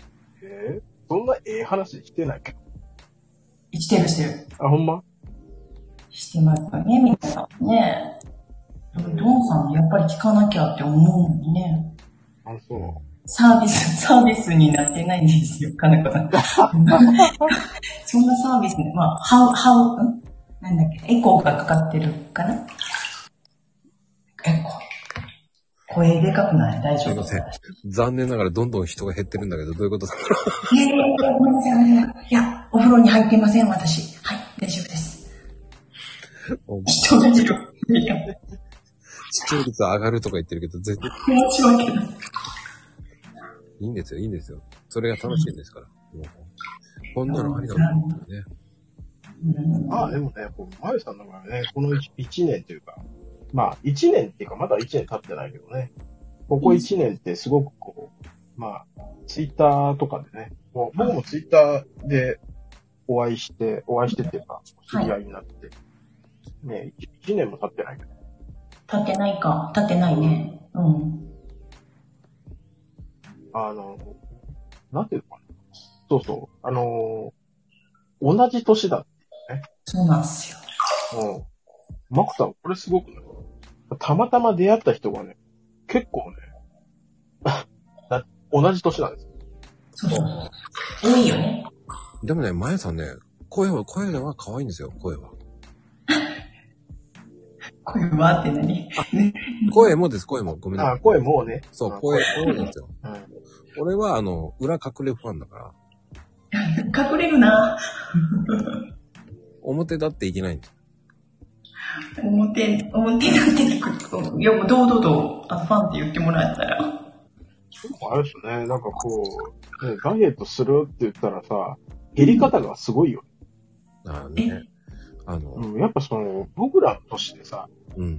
Speaker 2: えーそんなええ話してないけど。
Speaker 5: してるしてる。
Speaker 2: あ、ほんま
Speaker 5: してますよね、みたいなね。でもドンさんもやっぱり聞かなきゃって思うのにね。
Speaker 2: あ、そ
Speaker 5: サービス、 サービスになってないんですよ、かなこさん。 そんなサービス、まあ、ハウ、ハウ、んなんだっけ、エコーがかかってるかなエコー。声でかくない大
Speaker 1: す
Speaker 5: 丈
Speaker 1: い
Speaker 5: 夫
Speaker 1: ません。残念ながらどんどん人が減ってるんだけど、どういうことだろう。
Speaker 5: いやいやいや、ごめんなさい、ごめんなさい。いや、お風呂に入ってません、私。はい、大丈夫です。人がいる。いや、
Speaker 1: 視聴率上がるとか言ってるけど、全然
Speaker 5: 申し訳ない。
Speaker 1: いいんですよ、いいんですよ。それが楽しいんですから。もうこんなのありだと思ったよね。
Speaker 5: うん
Speaker 2: う。まあ、でもね、こう、まゆさんの場合はね、この1年というか、まあ、1年っていうか、まだ1年経ってないけどね。ここ1年ってすごくこう、まあ、ツイッターとかでね、こう僕もツイッターでお会いして、お会いしてっていうか、知り合いになって、ね、1年も経ってないけど、
Speaker 5: 立ってないか、立ってないね。うん。
Speaker 2: あの、なんていうのかな。そうそう、あのー同じ年だ
Speaker 5: そうなんですよ。
Speaker 2: うん。マクさん、これすごくないたまたま出会った人がね、結構ね、 だ同じ年なんですよ。
Speaker 5: そうそうそう。多いよね。
Speaker 1: でもね、まやさんね、声は、声は可愛いんですよ、声は。
Speaker 5: 声はって何
Speaker 1: 声もです、声も。ごめんなさ
Speaker 2: あ
Speaker 1: い。
Speaker 2: 声もうね。
Speaker 1: そう、
Speaker 2: あ
Speaker 1: 声、声なんですよ。
Speaker 2: うん
Speaker 1: 俺は、あの、裏隠れファンだから、
Speaker 5: 隠れるな
Speaker 1: 表だっていけないんですよ。
Speaker 5: 表、表なんて聞く。いや、もう堂々とあファンって言ってもらえたら。
Speaker 2: あれですね、なんかこう、ね、ダイエットするって言ったらさ、減り方がすごいよ。
Speaker 1: ああね。あの、
Speaker 2: うん、やっぱその、僕らの年でさ、
Speaker 1: うん。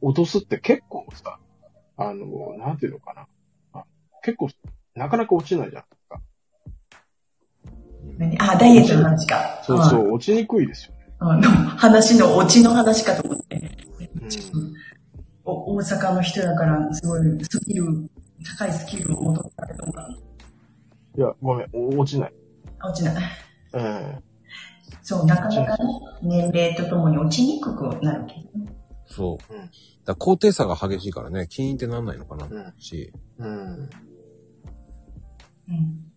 Speaker 2: 落とすって結構さ、あの、なんていうのかな。あ結構、なかなか落ちないじゃん。
Speaker 5: あ、ダイエットの話か。
Speaker 2: そうそう、落ちにくいですよね。
Speaker 5: うん。うん話のオチの話かと思って。
Speaker 2: うん
Speaker 5: お大阪の人だから、すごいスキル、高いスキルを持っとったけど、
Speaker 2: いや、ごめん、お落ちない。
Speaker 5: あ落ちない。
Speaker 2: うん。
Speaker 5: そう、なかなかね、年齢とともに落ちにくくなるけどね。
Speaker 1: そう。
Speaker 2: うん
Speaker 1: だから高低差が激しいからね、キーンってなんないのかな、
Speaker 2: うん
Speaker 1: し。
Speaker 2: うん。
Speaker 5: うん。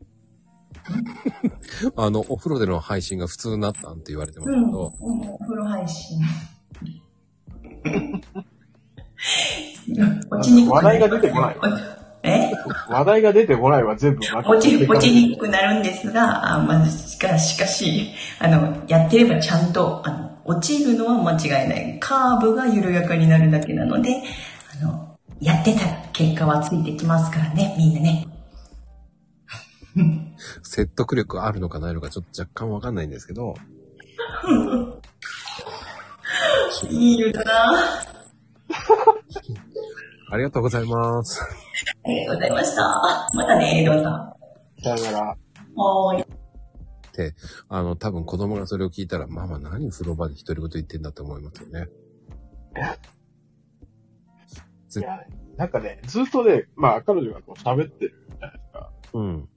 Speaker 1: あの、お風呂での配信が普通になったんって言われてます
Speaker 5: う
Speaker 1: け
Speaker 5: ん。
Speaker 1: ど、
Speaker 5: うん、お風呂配信。 落ちにくくな
Speaker 2: 話題
Speaker 5: る
Speaker 2: が出てこない。
Speaker 5: え
Speaker 2: 話題が出てこないは全部
Speaker 5: 落ち、落ちにくくなるんですが、あまあ、しかしかし、あの、やってればちゃんと、あの、落ちるのは間違いない。カーブが緩やかになるだけなので、あの、やってたら結果はついてきますからね、みんなね。
Speaker 1: 説得力あるのかないのかちょっと若干わかんないんですけど、
Speaker 5: いい湯だなあ
Speaker 1: ありがとうございます。
Speaker 5: りがとうございました。またね、エドさん。
Speaker 2: さよなら。
Speaker 5: はーい。
Speaker 1: って、あの、多分子供がそれを聞いたら、ママ何風呂場で独り言言ってんだと思いますよね。
Speaker 2: いや、なんかね、ずっとね、まあ彼女がこう喋ってるじゃないですか。
Speaker 1: うん。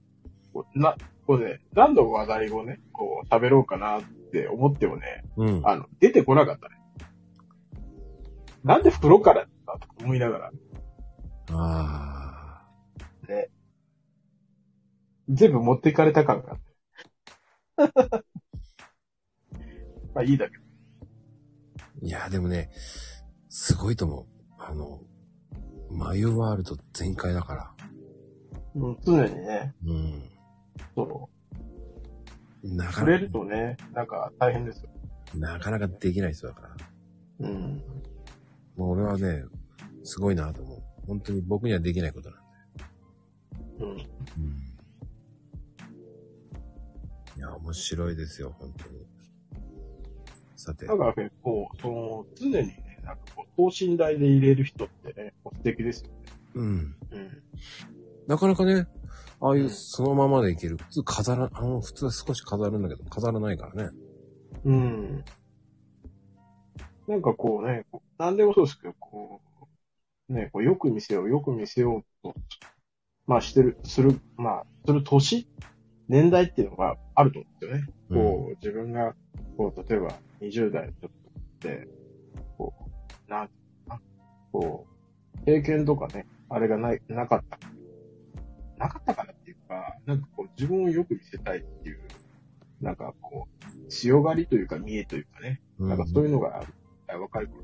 Speaker 2: こうな、こうね、何度話題をね、こう喋ろうかなって思ってもね、
Speaker 1: うん。
Speaker 2: あの、出てこなかったね。なんで袋からだとか思いながら、
Speaker 1: あ
Speaker 2: 全部持っていかれた 感があって。まあいいだけど。
Speaker 1: ーいや、でもね、すごいと思う。あの、眉ワールド全開だから。
Speaker 2: うん、常にね、
Speaker 1: うん。
Speaker 2: そ
Speaker 1: な
Speaker 2: う、
Speaker 1: か
Speaker 2: 触れ
Speaker 1: な
Speaker 2: るとね、なんか大変ですよ。
Speaker 1: か、なかなかできない人だから。
Speaker 2: うん。
Speaker 1: もう俺はね、すごいなと思う。本当に僕にはできないことなんだ。
Speaker 2: うん。
Speaker 1: いや、面白いですよ、本当に。さて
Speaker 2: だ。からね、こう、その、常にね、なんかこう、等身大で入れる人ってね、こう素敵ですよ。
Speaker 1: うん。
Speaker 2: うん。
Speaker 1: なかなかね、ああいううんそのままでいける。普通飾ら、あの、普通は少し飾るんだけど、飾らないからね。
Speaker 2: うん。なんかこうね、こう何でもそうですけど、こう、ね、こう、よく見せよう、よく見せようと、まあ、してる、する、まあ、する年、年代っていうのがあると思うんですよね。こう、自分が、こう、例えば20代ちょっとで、こう、なんていうのかな、こう、経験とかね、あれがない、なかった。なかったからっていうか、なんかこう、自分をよく見せたいっていう、なんかこう、強がりというか、見えというかね、
Speaker 1: う
Speaker 2: なんかそういうのが、若い頃。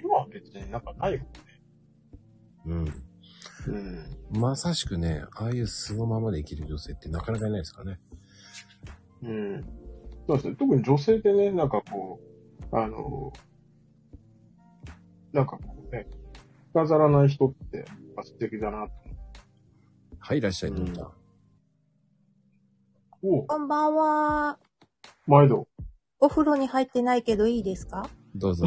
Speaker 2: 今は別になんかないも
Speaker 1: うん。
Speaker 2: んね。
Speaker 1: まさしくね、ああいうそのままでいける女性ってなかなかいないですからね。
Speaker 2: うん。うん。そうですね。特に女性でね、なんかこう、あの、なんかこうね、飾らない人って、やっぱ素敵だなと
Speaker 1: はい、いらっしゃい、
Speaker 2: う
Speaker 1: ど
Speaker 2: ん
Speaker 1: うだ。
Speaker 2: 思う。
Speaker 6: こんばんは。
Speaker 2: お、毎度。
Speaker 6: お風呂に入ってないけどいいですか
Speaker 1: ど うぞ。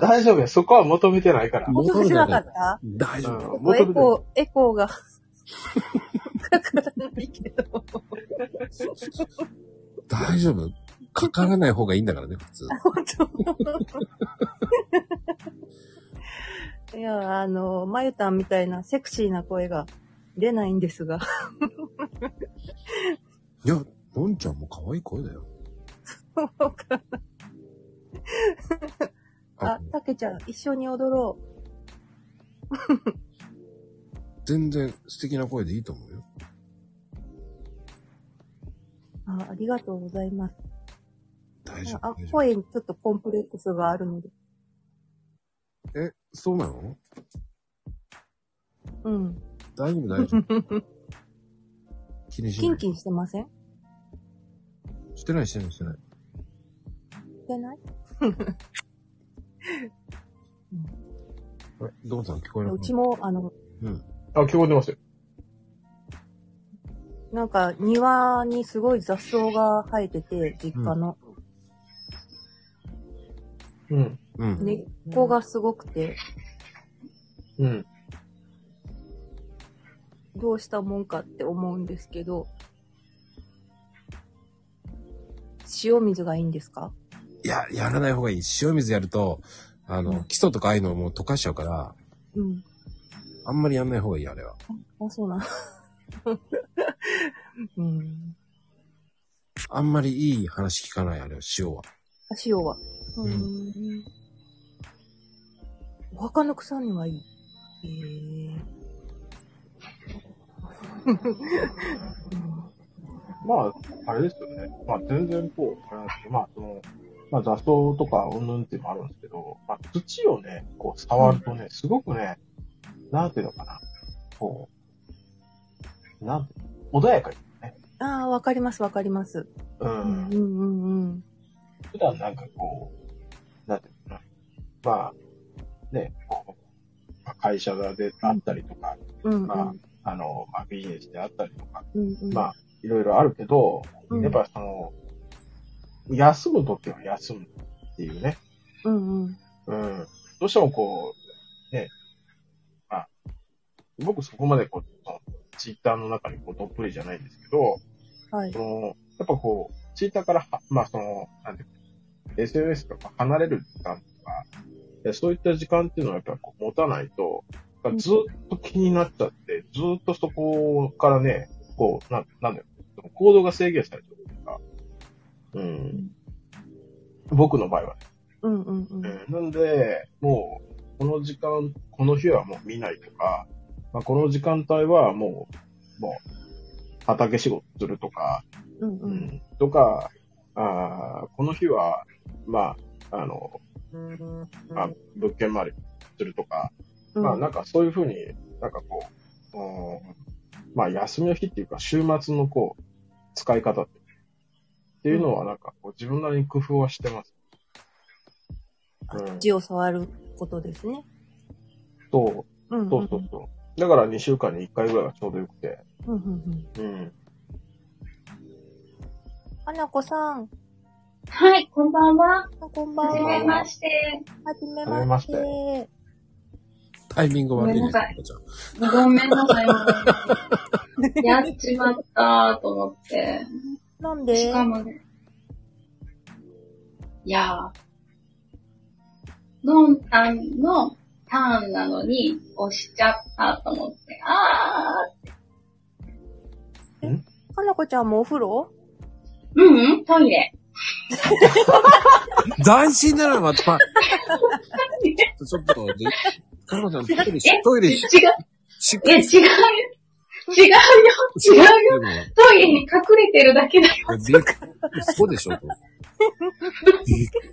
Speaker 2: 大丈夫や。そこは求めてないから。
Speaker 1: 求
Speaker 6: 面
Speaker 1: めてなか
Speaker 6: 白か
Speaker 1: っ
Speaker 6: ったた
Speaker 1: 大丈夫。
Speaker 2: うん
Speaker 6: エ
Speaker 2: 求めてない
Speaker 6: コー、エコーが、かからないけど。
Speaker 1: 大丈夫。かからない方がいいんだからね、普通。
Speaker 6: いや、あの、まゆたんみたいなセクシーな声が出ないんですが。
Speaker 1: いや、のんちゃんも可愛い声だよ。あ
Speaker 6: あ、たけちゃん、一緒に踊ろう。
Speaker 1: 全然素敵な声でいいと思うよ。
Speaker 6: あありがとうございます。
Speaker 1: 大丈夫。
Speaker 6: あ
Speaker 1: 大丈夫
Speaker 6: 声にちょっとコンプレックスがあるので。
Speaker 1: え、そうなの
Speaker 6: うん。
Speaker 1: 大丈夫、大丈夫。気にし
Speaker 6: キ
Speaker 1: な
Speaker 6: ン
Speaker 1: い。
Speaker 6: キンしてません
Speaker 1: してない、してない、してない。
Speaker 6: してない
Speaker 1: あれどうぞ、聞こえなく
Speaker 6: う
Speaker 1: な
Speaker 6: ちも、あの、
Speaker 1: うん。
Speaker 2: あ、聞こえてますよ。
Speaker 6: なんか庭にすごい雑草が生えてて、実家の。
Speaker 2: うん。
Speaker 1: うん。
Speaker 6: 根っこがすごくて、
Speaker 2: うん。
Speaker 6: どうしたもんかって思うんですけど、塩水がいいんですか
Speaker 1: いや、やらない方がいい。塩水やると、あの、基礎とかああいうのをもう溶かしちゃうから、
Speaker 6: うん。
Speaker 1: あんまりやんない方がいい、あれは。
Speaker 6: あ、そうなん。うん。
Speaker 1: あんまりいい話聞かない、あれ、塩は。
Speaker 6: あ塩は。う
Speaker 1: うん
Speaker 6: ん。お墓の草にはいい。え
Speaker 2: まあ、あれですよね。まあ、全然こう、あれなんですけど、まあ、その、まあ、雑草とか、うんぬんっていうのもあるんですけど、まあ、土をね、こう、触るとね、すごくね、なんていうのかな、こう、なんて、穏やかに、
Speaker 6: ー、ああ、わかります、わかります。
Speaker 2: う
Speaker 6: うんん、う、ん、うん、うん。
Speaker 2: 普段なんかこう、なんていうのかな、まあ、ね、こう、まあ会社であったりとか、
Speaker 6: うん、うん。
Speaker 2: まあ、あの、まあ、ビジネスであったりとか、
Speaker 6: うんうん、
Speaker 2: まあ、いろいろあるけど、
Speaker 6: うん
Speaker 2: やっぱその、休むときは休むっていうね。
Speaker 6: うんうん。
Speaker 2: うん。どうしてもこう、ね、まあ、僕そこまでこう、ツイッターの中にこう、どっぷりじゃないんですけど、
Speaker 6: はい
Speaker 2: そ。の、やっぱこう、ツイッターからは、まあその、なんていうか SNS とか離れる時間とか、でそういった時間っていうのはやっぱこう持たないと、だからずっと気になっちゃって、ずっとそこからね、こう、ななんだよ、行動が制限されてるというか、うん。僕の場合はね。
Speaker 6: うんうんうん。
Speaker 2: うんなんで、もう、この時間、この日はもう見ないとか、まあ、この時間帯はもう、もう、畑仕事するとか、
Speaker 6: うんう。
Speaker 2: うんんとか、あーこの日は、まあ、あの、まあ、物件周りするとか、
Speaker 6: うん
Speaker 2: まあなんかそういうふうに、なんかこう、うんまあ休みの日っていうか週末のこう、使い方っていうのはなんかこう自分なりに工夫はしてます。うん、
Speaker 6: 字を触ることですね。
Speaker 2: そう
Speaker 6: うんうん。
Speaker 2: そうそうそう。だから2週間に1回ぐらいがちょうどよくて。
Speaker 6: うんうんうん。
Speaker 2: うん。
Speaker 6: 花子さん、
Speaker 7: はい、こんばんは。
Speaker 6: こんばん
Speaker 7: はじ
Speaker 6: は。
Speaker 7: めまして。
Speaker 6: はじめ
Speaker 2: はじめ
Speaker 6: ま
Speaker 2: ま
Speaker 6: し。
Speaker 2: して
Speaker 1: タイミング悪い
Speaker 7: ご
Speaker 1: ね、
Speaker 7: めんなさい
Speaker 1: 猫ちゃん。
Speaker 7: ごめんなさい。やっちまったと思って。
Speaker 6: なんで
Speaker 7: しかもね。いやー。のんたんのターンなのに押しちゃったと思って。あ
Speaker 6: 花子ちゃんもお風呂
Speaker 7: ー。うんうん、トイレ。
Speaker 1: 斬新だな、また。ちょっと、で、かのちゃん、トイレし、トイレ
Speaker 7: 違う
Speaker 1: し、、しっか
Speaker 7: え、違う
Speaker 1: り
Speaker 7: よ。違うよ。違うよ。
Speaker 1: で
Speaker 7: トイレに隠れてるだけだよ。
Speaker 1: も、で、そうでしょ、と。びっくり。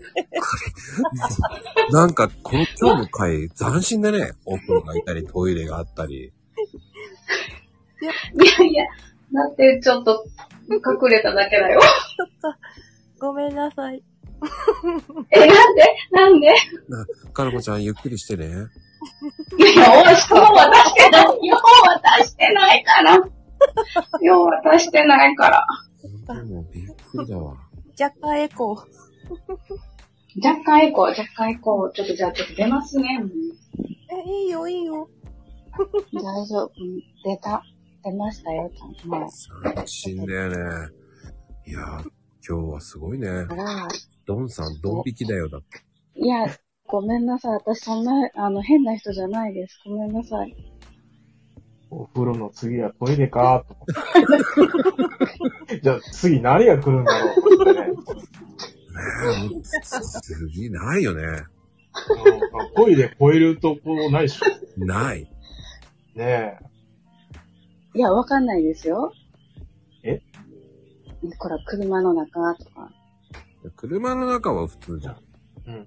Speaker 1: なんか、この今日の回、斬新だね。お風呂がいたり、トイレがあったり。
Speaker 7: いやいや。だってちょっと隠れただけだよ。
Speaker 6: ごめんなさい。
Speaker 7: え、なんでなんで
Speaker 1: かのこちゃん、ゆっくりしてね。
Speaker 7: いや、人を渡してない。 よう渡してないから。よう渡してないから。
Speaker 1: 本当にもうびっくりだわ。
Speaker 6: 若干エコー。
Speaker 7: 若干エコー、若干エコー。ちょっとじゃあちょっと出ますね。うん
Speaker 6: え、いいよ、いいよ。
Speaker 7: 大丈夫。うん出た。出ましたよ、ちゃんと。ま
Speaker 1: 斬新だよね。いやー、今日はすごいね
Speaker 7: あ。ら、
Speaker 1: ドンさん、ドン引きだよ、だって。
Speaker 7: いや、ごめんなさい。私そんな、あの、変な人じゃないです。ごめんなさい。
Speaker 2: お風呂の次はトイレ かと思って。じゃあ次何が来るんだろうと思ってね。
Speaker 1: ねえすげえ、ないよね。
Speaker 2: うんトイレ超えるとこないっしょ。
Speaker 1: ない。
Speaker 2: ね
Speaker 7: いや、わかんないですよ。
Speaker 2: え
Speaker 7: これ、車の中とか。
Speaker 1: 車の中は普通じゃん。
Speaker 2: え。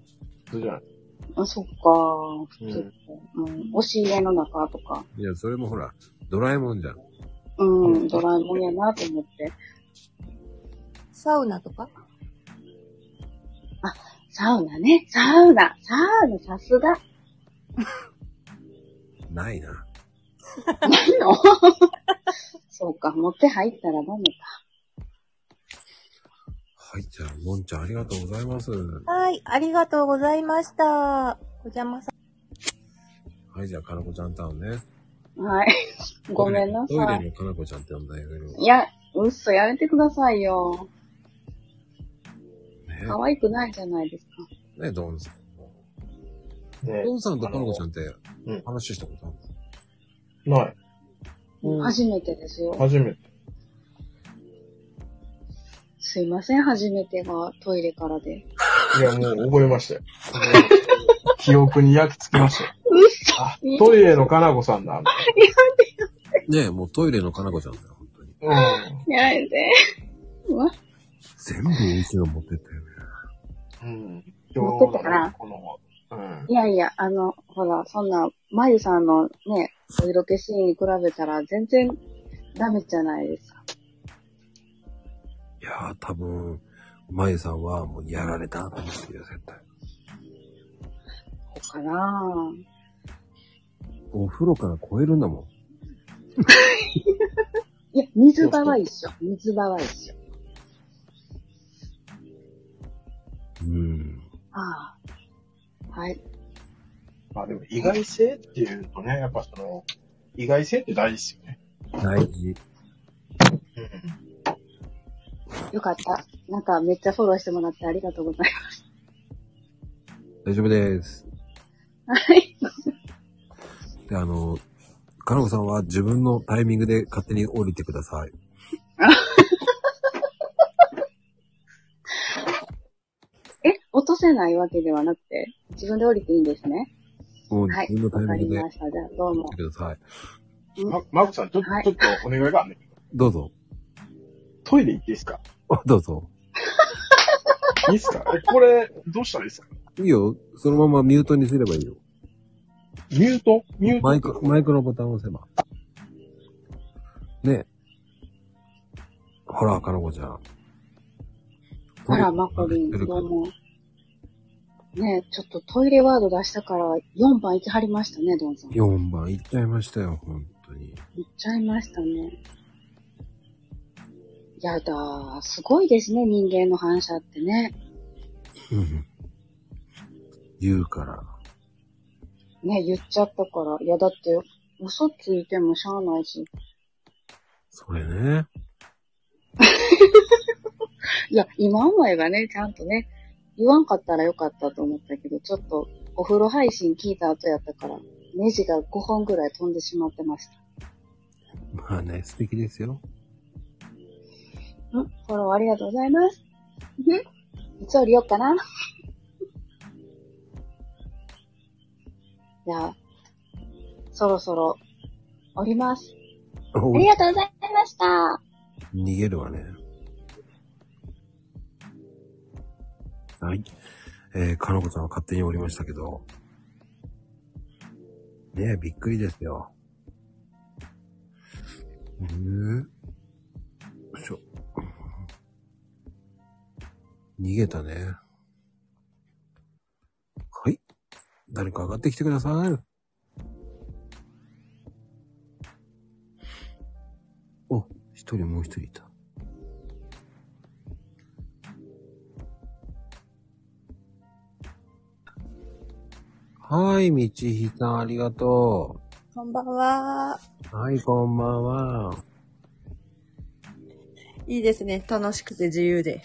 Speaker 2: そうじゃない。
Speaker 7: あ、そっか。普通、うん。押し入れの中とか。
Speaker 1: いや、それもほら、ドラえもんじゃん。
Speaker 7: うん、ドラえもんやなと思って。
Speaker 6: サウナとか
Speaker 7: サウナね、サウナ、サウナ、さすが。
Speaker 1: ないな。
Speaker 7: 何のそうか、持って入ったら飲むか。
Speaker 1: はい、じゃあ、のんちゃんありがとうございます。は
Speaker 6: はい、ありがとうございました。お邪魔さ
Speaker 1: い、じゃあ、かなこちゃんタウンね。
Speaker 7: はい。ごめんな
Speaker 1: トイ
Speaker 7: さ
Speaker 1: レ
Speaker 7: い。
Speaker 1: のかなこちゃんって呼んだよ。ね
Speaker 7: いや、うっそ、やめてくださいよ。
Speaker 1: え
Speaker 7: 可愛くないじゃないですか。
Speaker 1: ねえ、ドンさん。
Speaker 2: ね
Speaker 1: ドンさんとかなこちゃんって
Speaker 2: うん
Speaker 1: 話したことある
Speaker 2: え。ない。
Speaker 6: うん
Speaker 8: 初めてですよ。
Speaker 2: 初めて。
Speaker 8: すいません、初めてがトイレからで。
Speaker 2: いや、もう覚えましたよ。記憶に焼き付きましたよ。あ、トイレのかなこさんだ。
Speaker 1: ねえ、もうトイレのかなこちゃんだよ、本当に。
Speaker 2: うん。
Speaker 8: やめて。うわ、
Speaker 1: 全部うちの持ってったよね。
Speaker 2: うん。
Speaker 8: 持ってったかな
Speaker 2: この、うん。
Speaker 8: いやいや、あの、ほら、そんな、まゆさんのね、お色気シーンに比べたら全然ダメじゃないですか。
Speaker 1: いやー、多分、まゆさんはもうやられたと思ってるよ、絶対。
Speaker 8: そうかなぁ。
Speaker 1: お風呂から超えるんだもん。
Speaker 8: いや、水場は一緒。水場は一緒。
Speaker 1: うん。
Speaker 8: ああ。はい。
Speaker 2: まあでも、意外性っていうとね、やっぱその、意外性って大事ですよね。
Speaker 1: 大事。
Speaker 8: よかった。なんかめっちゃフォローしてもらってありがとうございます。
Speaker 1: 大丈夫です。
Speaker 8: はい。
Speaker 1: で、あの、かなこさんは自分のタイミングで勝手に降りてください。
Speaker 8: え、落とせないわけではなくて、自分で降りていいんですね。
Speaker 1: もう
Speaker 8: は
Speaker 1: 自
Speaker 8: い。
Speaker 1: 分のタ
Speaker 8: わ
Speaker 1: イ
Speaker 8: か
Speaker 1: ミン
Speaker 8: り
Speaker 1: グで降
Speaker 8: ました。じゃあ、どうも
Speaker 1: りて。ください。
Speaker 2: ま、マークさん、ちょっと、
Speaker 8: はい
Speaker 2: ちょっとお願いがあんねんけど。
Speaker 1: どうぞ。
Speaker 2: トイレ行っていいですか
Speaker 1: あどうぞ。
Speaker 2: いいっすかえこれ、どうしたらいいですか
Speaker 1: いいよ。そのままミュートにすればいいよ。
Speaker 2: ミュートミュート
Speaker 1: マイク、マイクのボタンを押せば。ねえ。ほら、かのこちゃん。
Speaker 8: あら、マコリン、どうも。ねえちょっとトイレワード出したから4番行きはりましたね、ドンさん。行
Speaker 1: 4番行っちゃいましたよ、本当に。
Speaker 8: っちゃいましたね。やだー、すごいですね、人間の反射ってね。
Speaker 1: うん言うから。
Speaker 8: ね、言っちゃったから。いや、だって、嘘ついてもしゃあないし。
Speaker 1: それね。
Speaker 8: いや、今思えばね、ちゃんとね、言わんかったらよかったと思ったけど、ちょっと、お風呂配信聞いた後やったから、ネジが5本ぐらい飛んでしまってました。
Speaker 1: まあね、素敵ですよ。
Speaker 8: んフォローありがとうございます。 んいつ降りようかな。 じゃあ、そろそろ降ります。ありがとうございました。
Speaker 1: 逃げるわね。はい。えー、かのこちゃんは勝手におりましたけど。ねえ、びっくりですよ。えー、よいしょ。逃げたね。はい。誰か上がってきてください。お、一人もう一人いた。はい、みちひさん、ありがと
Speaker 6: こんばんは。
Speaker 1: う。はい、こんばんは。
Speaker 6: いいですね。楽しくて自由で。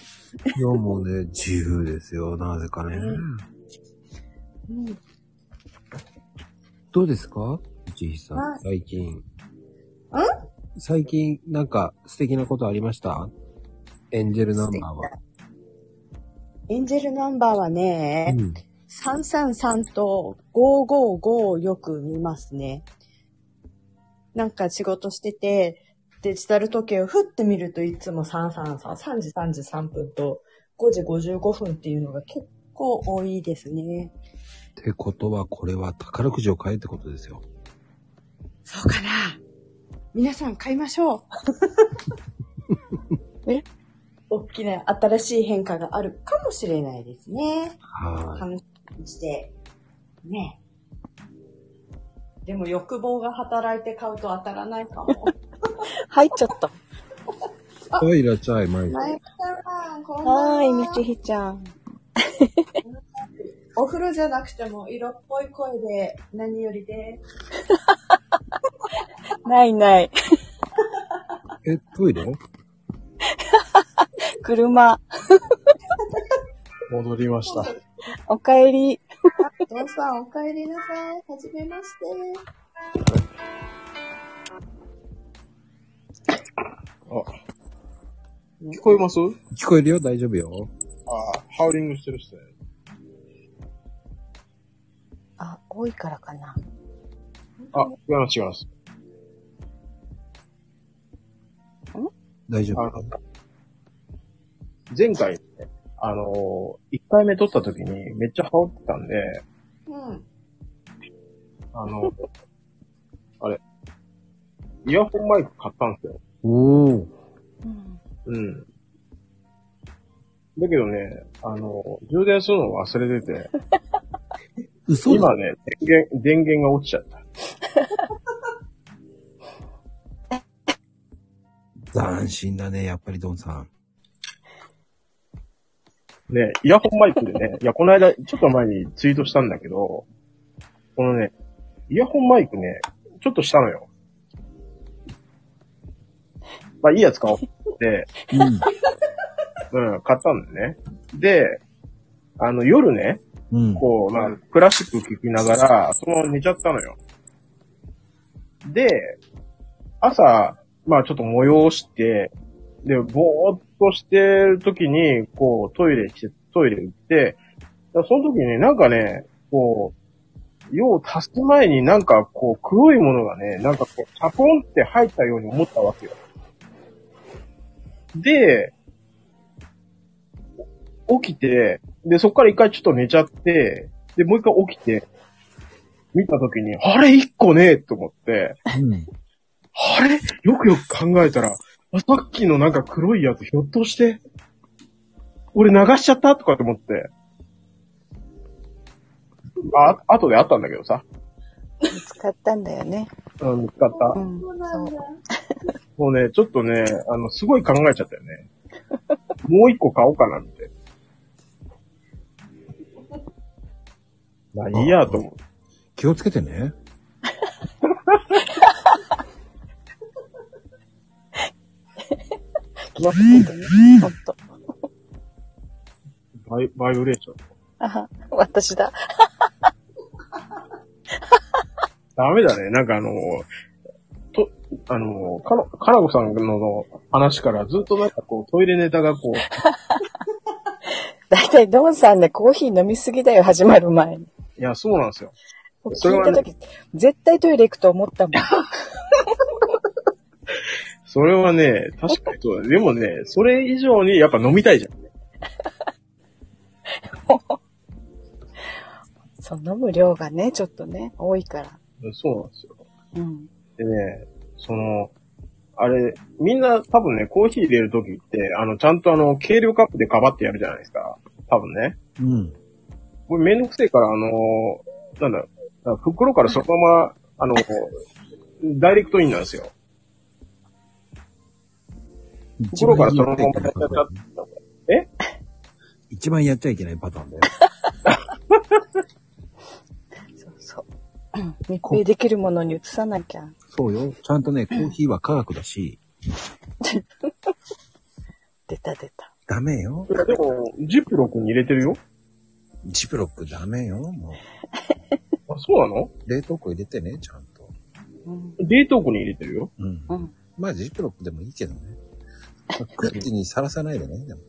Speaker 1: 今日もね、 自由ですよ、なぜかね。
Speaker 6: うん、
Speaker 1: どうですかみちひさ
Speaker 6: は
Speaker 1: ん、
Speaker 6: い
Speaker 1: 最近。ん最近、なんか、素敵なことありましたエンジェルナンバーは。
Speaker 6: エンジェルナンバーはね、
Speaker 1: うん。
Speaker 6: 333と555をよく見ますね。なんか仕事してて、デジタル時計をふって見るといつも333、3時3時3分と5時55分っていうのが結構多いですね。
Speaker 1: ってことは、これは宝くじを買えってことですよ。
Speaker 6: そうかな皆さん買いましょ う。え大きな新しい変化があるかもしれないですね。
Speaker 1: はい。
Speaker 6: 楽しみにして。ねでも欲望が働いて買うと当たらないかも。
Speaker 5: 入っちゃった。
Speaker 1: はい、いらっしゃい、まゆ
Speaker 6: まゆきさん、こんばんは。
Speaker 5: はーい、みちひちゃん。
Speaker 6: お風呂じゃなくても色っぽい声で何よりです。
Speaker 5: ないない。
Speaker 1: え、トイレ
Speaker 5: 車。
Speaker 2: 戻りました。
Speaker 5: おかえり。
Speaker 6: どうさん、お帰りなさい。はじめまして。
Speaker 2: 聞こえます
Speaker 1: 聞こえるよ大丈夫よ。
Speaker 2: ああ、ハウリングしてる人や
Speaker 8: あ、多いからかな。
Speaker 2: あ、違います、違います。
Speaker 1: 大丈
Speaker 2: あの
Speaker 1: 夫。
Speaker 2: 前回、ね、あのー、1回目撮った時にめっちゃ羽織ってたんで、
Speaker 6: うん。
Speaker 2: あの、あれ、イヤホンマイク買ったんですよ。
Speaker 1: おー。
Speaker 8: うん。
Speaker 2: うん。だけどね、あの、充電するの忘れてて、
Speaker 1: 嘘だ
Speaker 2: 今ね、電源、電源が落ちちゃった。
Speaker 1: 斬新だね、やっぱりドンさん。
Speaker 2: ね、イヤホンマイクでね、いや、この間、ちょっと前にツイートしたんだけど、このね、イヤホンマイクね、ちょっとしたのよ。まあ、いいやつ買 おうって、うん、買ったんだよね。で、あの、夜ね、
Speaker 1: うん。うん。
Speaker 2: こう、まあ、クラシック聴きながら、そのまま寝ちゃったのよ。で、朝、まあちょっと催して、で、ぼーっとしてる時に、こう、トイレして、トイレ行って、だからその時になんかね、こう、用を足す前になんかこう、黒いものがね、なんかこう、チャポンって入ったように思ったわけよ。で、起きて、で、そこから一回ちょっと寝ちゃって、で、もう一回起きて、見たときに、あれ一個ねえと思って、
Speaker 1: うん。
Speaker 2: あれよくよく考えたら、あさっきのなんか黒いやつひょっとして、俺流しちゃったとかって思って。あ、後であったんだけどさ。
Speaker 8: 見つかったんだよね。
Speaker 2: うん、見つかった
Speaker 8: う。ん。そう。
Speaker 2: もうね、ちょっとね、あの、すごい考えちゃったよ ね。もう一個買おうかな、みたいな。まあ、いいや、と思って。
Speaker 1: 気をつけてね。
Speaker 8: 気をつけてね。ほんと。
Speaker 2: バイバイブレーション。
Speaker 8: あは私だ。
Speaker 2: ダメだね。なんかあの、と、あの、かの、かなこさんの話からずっとなんかこう、トイレネタがこう、
Speaker 8: だいたいドンさんね、コーヒー飲みすぎだよ、始まる前に。
Speaker 2: いや、そうなんですよ。それ
Speaker 8: 聞い
Speaker 2: は
Speaker 8: た
Speaker 2: ね
Speaker 8: とき、絶対トイレ行くと思ったもん。
Speaker 2: それはね、確かにそうだね。でもね、それ以上にやっぱ飲みたいじゃん。
Speaker 8: そう、飲む量がね、ちょっとね、多いから。
Speaker 2: そうなんですよ。
Speaker 8: うん。
Speaker 2: でね、その、あれ、みんな多分ね、コーヒー入れるときって、あの、ちゃんとあの、軽量カップでかばってやるじゃないですか。多分ね。
Speaker 1: うん。
Speaker 2: これめんどくせえから、あのーなんだ、なんか袋からそのまま、あの、ダイレクトインなんですよ。袋からそのままやっちゃっ
Speaker 1: 一番やっちゃいけないパターンだよ。
Speaker 8: そうそう。うん密閉できるものに移さなきゃ。
Speaker 1: そうよ。ちゃんとね、コーヒーは科学だし、
Speaker 8: 出た出た。
Speaker 1: ダメよ。
Speaker 2: た。でも、ジップロックに入れてるよ。
Speaker 1: ジブロックダメよ。も
Speaker 2: あ、そうなの
Speaker 1: う、冷凍庫入れてね、ちゃんと。
Speaker 8: うん。
Speaker 2: 冷凍庫に入れてるよ。
Speaker 1: うん。
Speaker 8: うん。
Speaker 1: まあ、ジップロックでもいいけどね。空気にさらさないでね。でも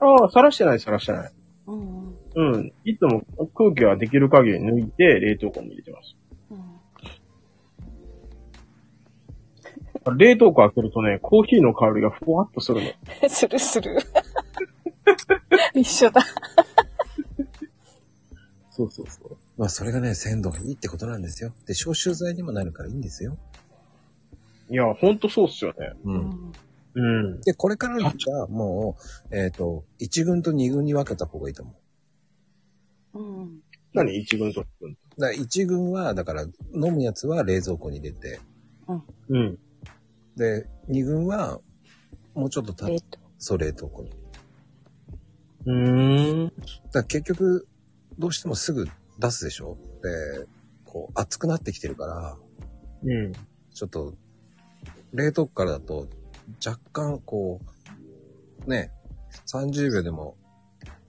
Speaker 2: ああ、さらしてない、さらしてない。
Speaker 8: うんうん。
Speaker 2: うん。いつも空気はできる限り抜いて、冷凍庫に入れてます。
Speaker 8: うん
Speaker 2: 冷凍庫開けるとね、コーヒーの香りがふわっとするの。
Speaker 8: するする。一緒だ。
Speaker 2: そうそうそう。
Speaker 1: まあ、それがね、鮮度がいいってことなんですよ。で、消臭剤にもなるからいいんですよ。
Speaker 2: いや、ほんとそうっすよね。
Speaker 1: う。
Speaker 8: うんん。
Speaker 2: うん。
Speaker 1: で、これからの時は、もう、えっ、と、1軍と2軍に分けた方がいいと思う。
Speaker 8: うん。
Speaker 2: 何一軍と一軍。
Speaker 1: だから1軍は、だから、飲むやつは冷蔵庫に入れて、
Speaker 2: うん。
Speaker 1: で、2軍は、もうちょっとた
Speaker 8: えっと。
Speaker 1: そう、冷凍庫に。
Speaker 2: うーん。
Speaker 1: だから結局、どうしてもすぐ出すでしょで、こう、熱くなってきてるから、
Speaker 2: うん。
Speaker 1: ちょっと、冷凍庫からだと、若干、こう、ね、30秒でも、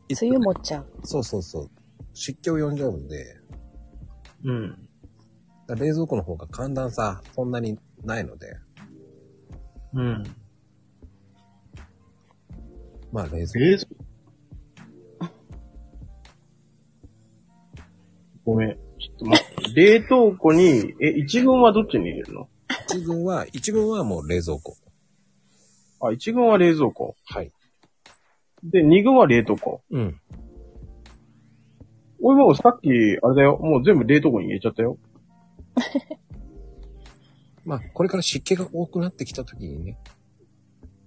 Speaker 8: 梅雨もっちゃう。
Speaker 1: そうそうそう、湿気を呼んじゃうんで、
Speaker 2: うん。
Speaker 1: だから冷蔵庫の方が寒暖差、そんなにないので、
Speaker 2: ううん。
Speaker 1: まあ、冷蔵
Speaker 2: 冷蔵ごめん。ちょっと待って。冷凍庫に、え、一軍はどっちに入れるの
Speaker 1: 一軍は、一軍はもう冷蔵庫。
Speaker 2: あ、一軍は冷蔵庫。
Speaker 1: はい。
Speaker 2: で、二軍は冷凍庫。
Speaker 1: うん。
Speaker 2: 俺もうさっき、あれだよ。もう全部冷凍庫に入れちゃったよ。
Speaker 1: まあ、これから湿気が多くなってきた時にね。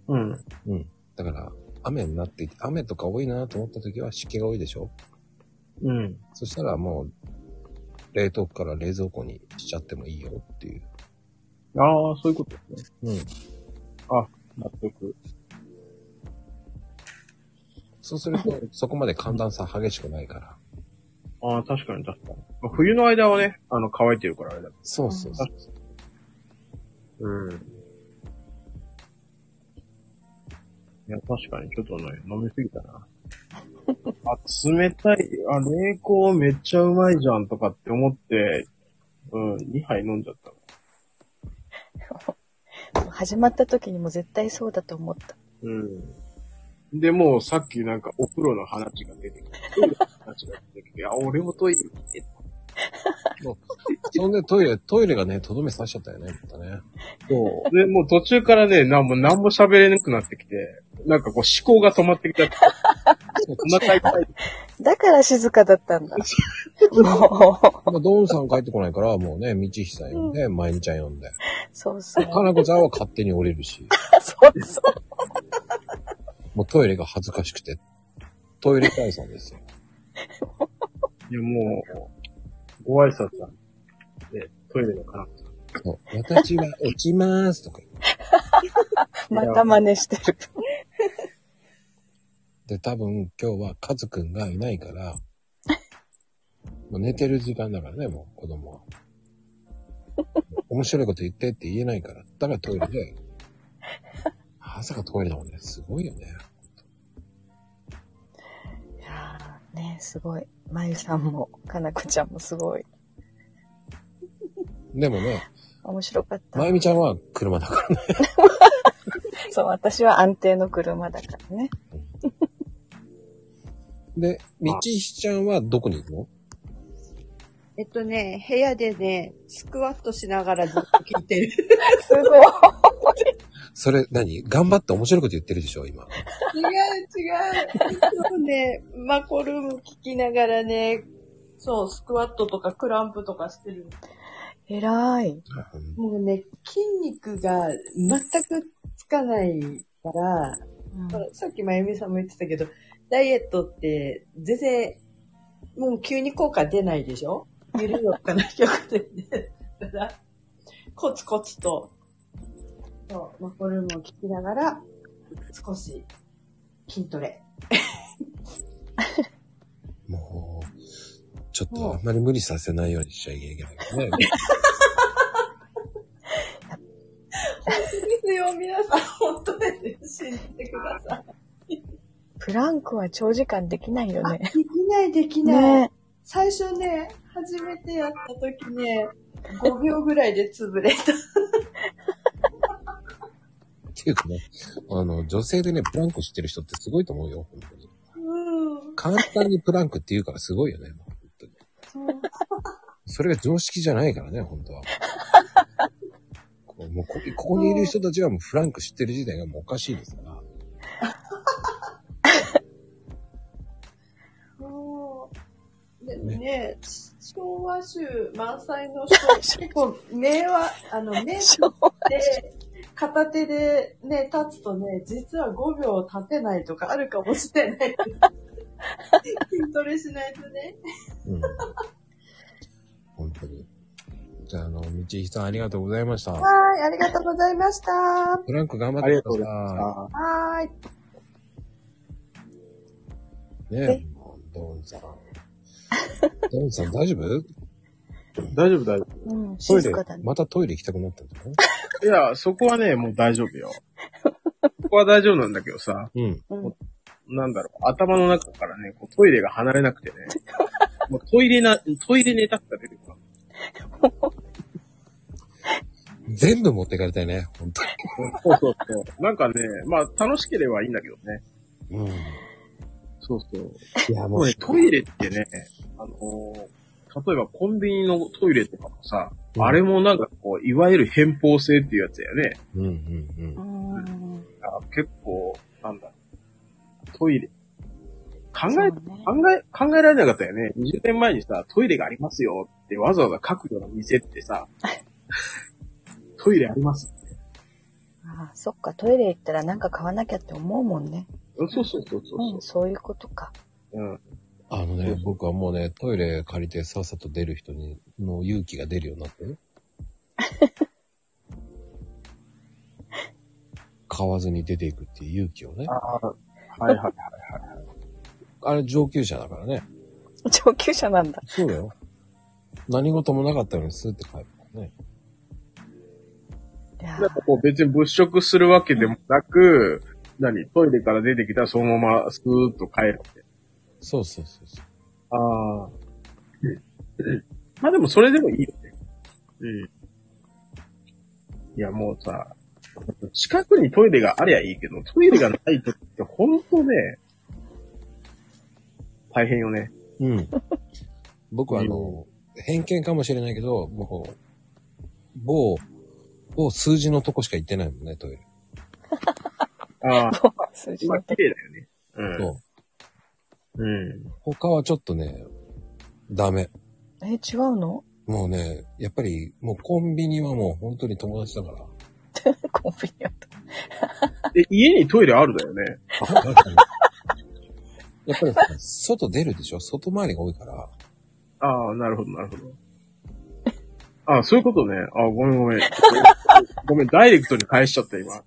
Speaker 2: うん。
Speaker 1: うん。だから、雨になってきて、雨とか多いなと思った時は湿気が多いでしょ
Speaker 2: うん。
Speaker 1: そしたらもう、冷凍庫から冷蔵庫にしちゃってもいいよっていう。
Speaker 2: ああ、そういうことですね。
Speaker 1: うん。
Speaker 2: 納得。
Speaker 1: そうすると、そこまで寒暖差激しくないから。
Speaker 2: ああ、確かに確かに。まあ冬の間はね、あの、乾いてるからあれだ。
Speaker 1: そうそうそう。
Speaker 2: うん。いや、確かにちょっとね、飲みすぎたな。 あ、冷たい、あ、冷凍めっちゃうまいじゃんとかって思って、うん、2杯飲んじゃった。
Speaker 8: 始まった時にも絶対そうだと思った。
Speaker 2: うん。で、もうさっきなんかお風呂の話が出てきて、トイレの話が出てきて、あ、俺もトイレ行って
Speaker 1: そんでトイレ、トイレがね、とどめ刺しちゃったよね、またね。
Speaker 2: そう。で、もう途中からね、なんも、なんも喋れなくなってきて、なんかこう思考が止まってきちゃ って。お腹いっぱい。
Speaker 8: だから静かだったんだ。もう、
Speaker 1: まあ、ドーンさん帰ってこないから、もうね、道久呼んで、まゆみちゃん呼んで。
Speaker 8: そうそう。
Speaker 1: かなこちゃんは勝手に降りるし、
Speaker 8: そうそう。
Speaker 1: もうトイレが恥ずかしくて、トイレ解散ですよ。
Speaker 2: いや、もう、ご挨拶だ。で、トイレのかな。
Speaker 1: そう私は落ちまーすとか言って。
Speaker 8: また真似してる。
Speaker 1: で、多分今日はカズくんがいないから、 もう寝てる時間だからね、もう子供は。面白いこと言ってって言えないから。だからトイレで。朝がトイレだもんね。すごいよね。
Speaker 8: いやーねすごい。まゆさんも、かなこちゃんもすごい。
Speaker 1: でもね、
Speaker 8: 面白かった
Speaker 1: ま。ゆみちゃんは車だから。
Speaker 8: そう、私は安定の車だからね。
Speaker 1: で、みちひちゃんはどこに行くの
Speaker 6: えっとね、部屋でね、スクワットしながらずっと聞いて る。
Speaker 8: すごい。
Speaker 1: それ何、頑張って面白いこと言ってるでしょ、 今。
Speaker 6: 違う違う。そうね、マコルーム聞きながらね、そう、スクワットとかクランプとかしてる。
Speaker 8: 偉い。
Speaker 6: もうね、筋肉が全くつかないから、
Speaker 8: うん
Speaker 6: さっきまゆみさんも言ってたけど、ダイエットって全然、もう急に効果出ないでしょ緩やかな曲で、ね。だから、コツコツと、そう、マコルームを聞きながら、少し筋トレ。
Speaker 1: もう、ちょっとあんまり無理させないようにしちゃいけないけど ね。
Speaker 6: ですよ、皆さん、本当ですよ。信じてください。
Speaker 8: プランクは長時間できないよね。
Speaker 6: できない、できない。
Speaker 8: ね
Speaker 6: 最初ね、初めてやった時ね、5秒ぐらいで潰れた。
Speaker 1: っていうかね、あの、女性でね、プランクしてる人ってすごいと思うよ、本当に。
Speaker 6: うん。
Speaker 1: 簡単にプランクって言うからすごいよね、もう本当に。
Speaker 6: そう
Speaker 1: それが常識じゃないからね、本 当は。こうもうこここにいる人たちがもうフランク知ってる時代がもうおかしいですから。
Speaker 6: そう。でもね、昭和集満載の人、結構、名 は、あの、名所で、片手でね、立つとね、実は5秒立てないとかあるかもしれない。筋トレしないとね。
Speaker 1: うん。本当に。じゃあ、あの、道ひさんありがとうございました。
Speaker 6: はい、ありがとうございました。は
Speaker 1: フランク頑張っ
Speaker 2: あ
Speaker 1: て
Speaker 2: りがとう
Speaker 1: く
Speaker 2: ご
Speaker 1: だ
Speaker 2: ざいまし
Speaker 1: さ
Speaker 2: た。
Speaker 6: ー
Speaker 1: い。
Speaker 6: い。
Speaker 1: ねえ、もうドーンさん。ドーンさん大丈 夫
Speaker 2: 大丈夫、大丈
Speaker 8: うん、
Speaker 1: トイ
Speaker 8: 静
Speaker 1: レ
Speaker 8: かだ、ね。
Speaker 1: またトイレ行きたくなったんじゃない
Speaker 2: 夫。いや、そこはね、もう大丈夫よ。そこは大丈夫なんだけどさ、
Speaker 1: うん。
Speaker 8: うん、
Speaker 2: なんだろう、頭の中からね、こうトイレが離れなくてね、もうトイレな、トイレネタしか出てこない。
Speaker 1: 全部持ってかれたよね、本当に。
Speaker 2: そうそうそう。なんかね、まあ楽しければいいんだけどね。
Speaker 1: うん。
Speaker 2: そうそう。
Speaker 1: いや、も
Speaker 2: もう
Speaker 1: う
Speaker 2: ね、、トイレってね、あのー例えばコンビニのトイレとかもさ、
Speaker 1: うん
Speaker 2: あれもなんかこう、いわゆる偏方性っていうやつだよね。
Speaker 1: うんうん
Speaker 8: う
Speaker 1: うん。
Speaker 8: ん。
Speaker 2: あ結構、なんだ、トイレ。考
Speaker 8: そう
Speaker 2: え、
Speaker 8: ね
Speaker 2: 考え、考えられなかったよね。20年前にさ、トイレがありますよってわざわざ書くような店ってさ、トイレあります。
Speaker 8: ああ、そっか、トイレ行ったらなんか買わなきゃって思うもんね。
Speaker 2: そうそうそうそう
Speaker 8: う
Speaker 2: そ
Speaker 8: ん、そういうことか。
Speaker 2: う。うん。
Speaker 1: あのね、僕はもうね、トイレ借りてさっさと出る人に、の勇気が出るようになって よ。買わずに出ていくっていう勇気をね。
Speaker 2: ああ、はいはいはい。
Speaker 1: あれ上級者だからね。
Speaker 8: 上級者なんだ。
Speaker 1: そうだよ。何事もなかったようにスーって帰るからね。
Speaker 8: いや
Speaker 2: なんかこう別に物色するわけでもなく、何トイレから出てきたらそのままスーッと帰るって。
Speaker 1: そうそうそうそう。
Speaker 2: ああ。まあでもそれでもいいよね。うん。いやもうさ、近くにトイレがありゃいいけど、トイレがない時ってほんと ね、大変よね。
Speaker 1: うん。僕はあの、偏見かもしれないけど、もう、某、某数字のとこしか行ってないもんね、トイレ。
Speaker 2: ああ、
Speaker 8: 数字
Speaker 2: まあ
Speaker 8: の
Speaker 2: 綺麗だよね。うん。
Speaker 1: そう
Speaker 2: うん。
Speaker 1: 他はちょっとね、ダメ。
Speaker 8: え、違うの
Speaker 1: もうね、やっぱり、もうコンビニはもう本当に友達だ から。
Speaker 8: コンビニだと。
Speaker 2: え、家にトイレあるだよね。
Speaker 1: やっぱりさ、外出るでしょ外回りが多いから。
Speaker 2: ああ、なるほど、なるほど。ああ、そういうことね。ああ、ごめんご めん。ごめん、ダイレクトに返しちゃった、今。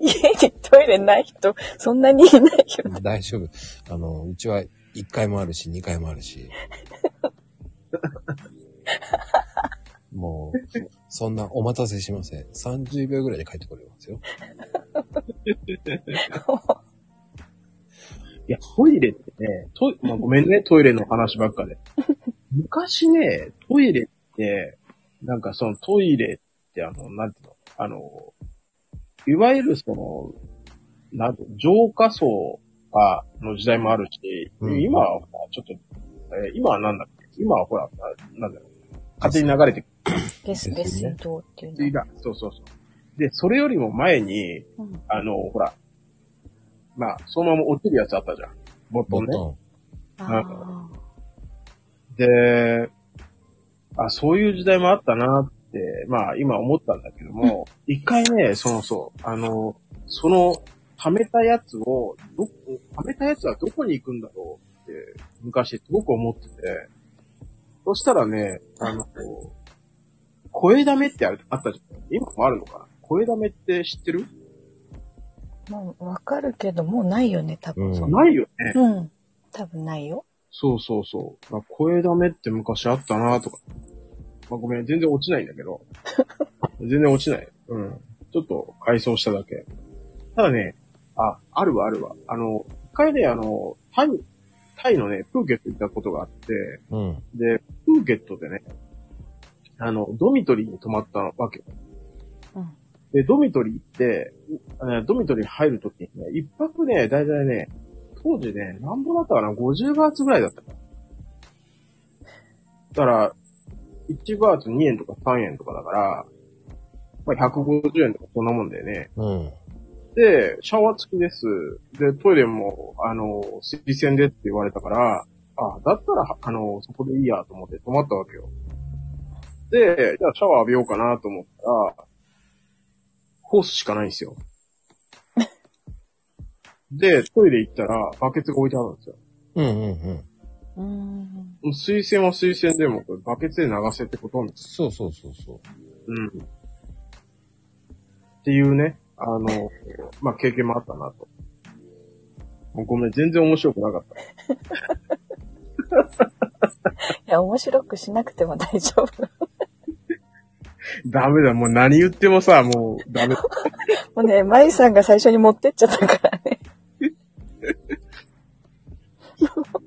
Speaker 8: 家にトイレない人、そんなにいないよ。
Speaker 1: 大丈夫。あの、うちは1階もあるし、2階もある し。もう、そんなお待たせしません。30秒ぐらいで帰ってこれますよ。
Speaker 2: いや、トイレってね、トイまあ、ごめんね、トイレの話ばっかで。昔ね、トイレって、なんかそのトイレってあの、なんていうの、あの、いわゆるその、なんていうの浄化層が、の時代もあるし、
Speaker 1: うん
Speaker 2: 今はほらちょっと、えー今はなんだっけ今はほら、ななんだろう。風に流れて
Speaker 8: ゲス、ゲ
Speaker 1: ですね
Speaker 8: スどうってい
Speaker 2: 水
Speaker 8: うの。
Speaker 2: が。そうそうそう。で、それよりも前に、
Speaker 8: うん
Speaker 2: あの、ほら、まあ、そのまま落ちるやつあったじゃん。ボット
Speaker 1: ボ
Speaker 2: ン
Speaker 1: ン
Speaker 2: ね。
Speaker 1: ト
Speaker 8: あ
Speaker 2: で、あ、そういう時代もあったなって、まあ、今思ったんだけども、一回ね、そうそう、あの、その、溜めたやつを、ど、溜めたやつはどこに行くんだろうって、昔すごく思ってて、そしたらね、あの、声溜めってあるあったじゃん。今もあるのかな声溜めって知ってる
Speaker 8: あ、もうわかるけど、もうないよね、多分。
Speaker 1: うん
Speaker 2: ないよね。
Speaker 8: うん。多分ないよ。
Speaker 2: そうそうそう。まあ、声ダメって昔あったなとか。まあ、ごめん、全然落ちないんだけど。 全然落ちない。うん。ちょっと改装しただけ。ただね、あ、あるわあるわ。あの、一回ね、あの、タイ、タイのね、プーケット行ったことがあって、
Speaker 1: ン。うん。
Speaker 2: で、プーケットでね、あの、ドミトリーに泊まったわけ。
Speaker 8: うん
Speaker 2: で、ドミトリー行って、あのドミトリー入るときにね、一泊ね、だいたいね、当時ね、なんぼだったかな、50バーツぐらいだったかなだから、1バーツ2円とか3円とかだから、まあ、150円とかそんなもんだよね。
Speaker 1: うん。
Speaker 2: で、シャワー付きです。で、トイレも、あの、水洗でって言われたから、あ、だったら、あの、そこでいいやと思って泊まったわけよ。で、じゃあシャワー浴びようかなと思ったら、ホースしかないんですよ。で、トイレ行ったら、バケツが置いてあるんですよ。
Speaker 1: うんうんうん。
Speaker 8: うーん。
Speaker 2: もう水洗は水洗でも、これバケツで流せってことなんです。
Speaker 1: そうそうそうそう。
Speaker 2: うん。っていうね、あの、まあ、経験もあったなと。もうごめん、全然面白くなかった。
Speaker 8: いや、面白くしなくても大丈夫。
Speaker 2: ダメだ、もう何言ってもさ、もうダメ。
Speaker 8: もうね、まゆさんが最初に持ってっちゃったからね。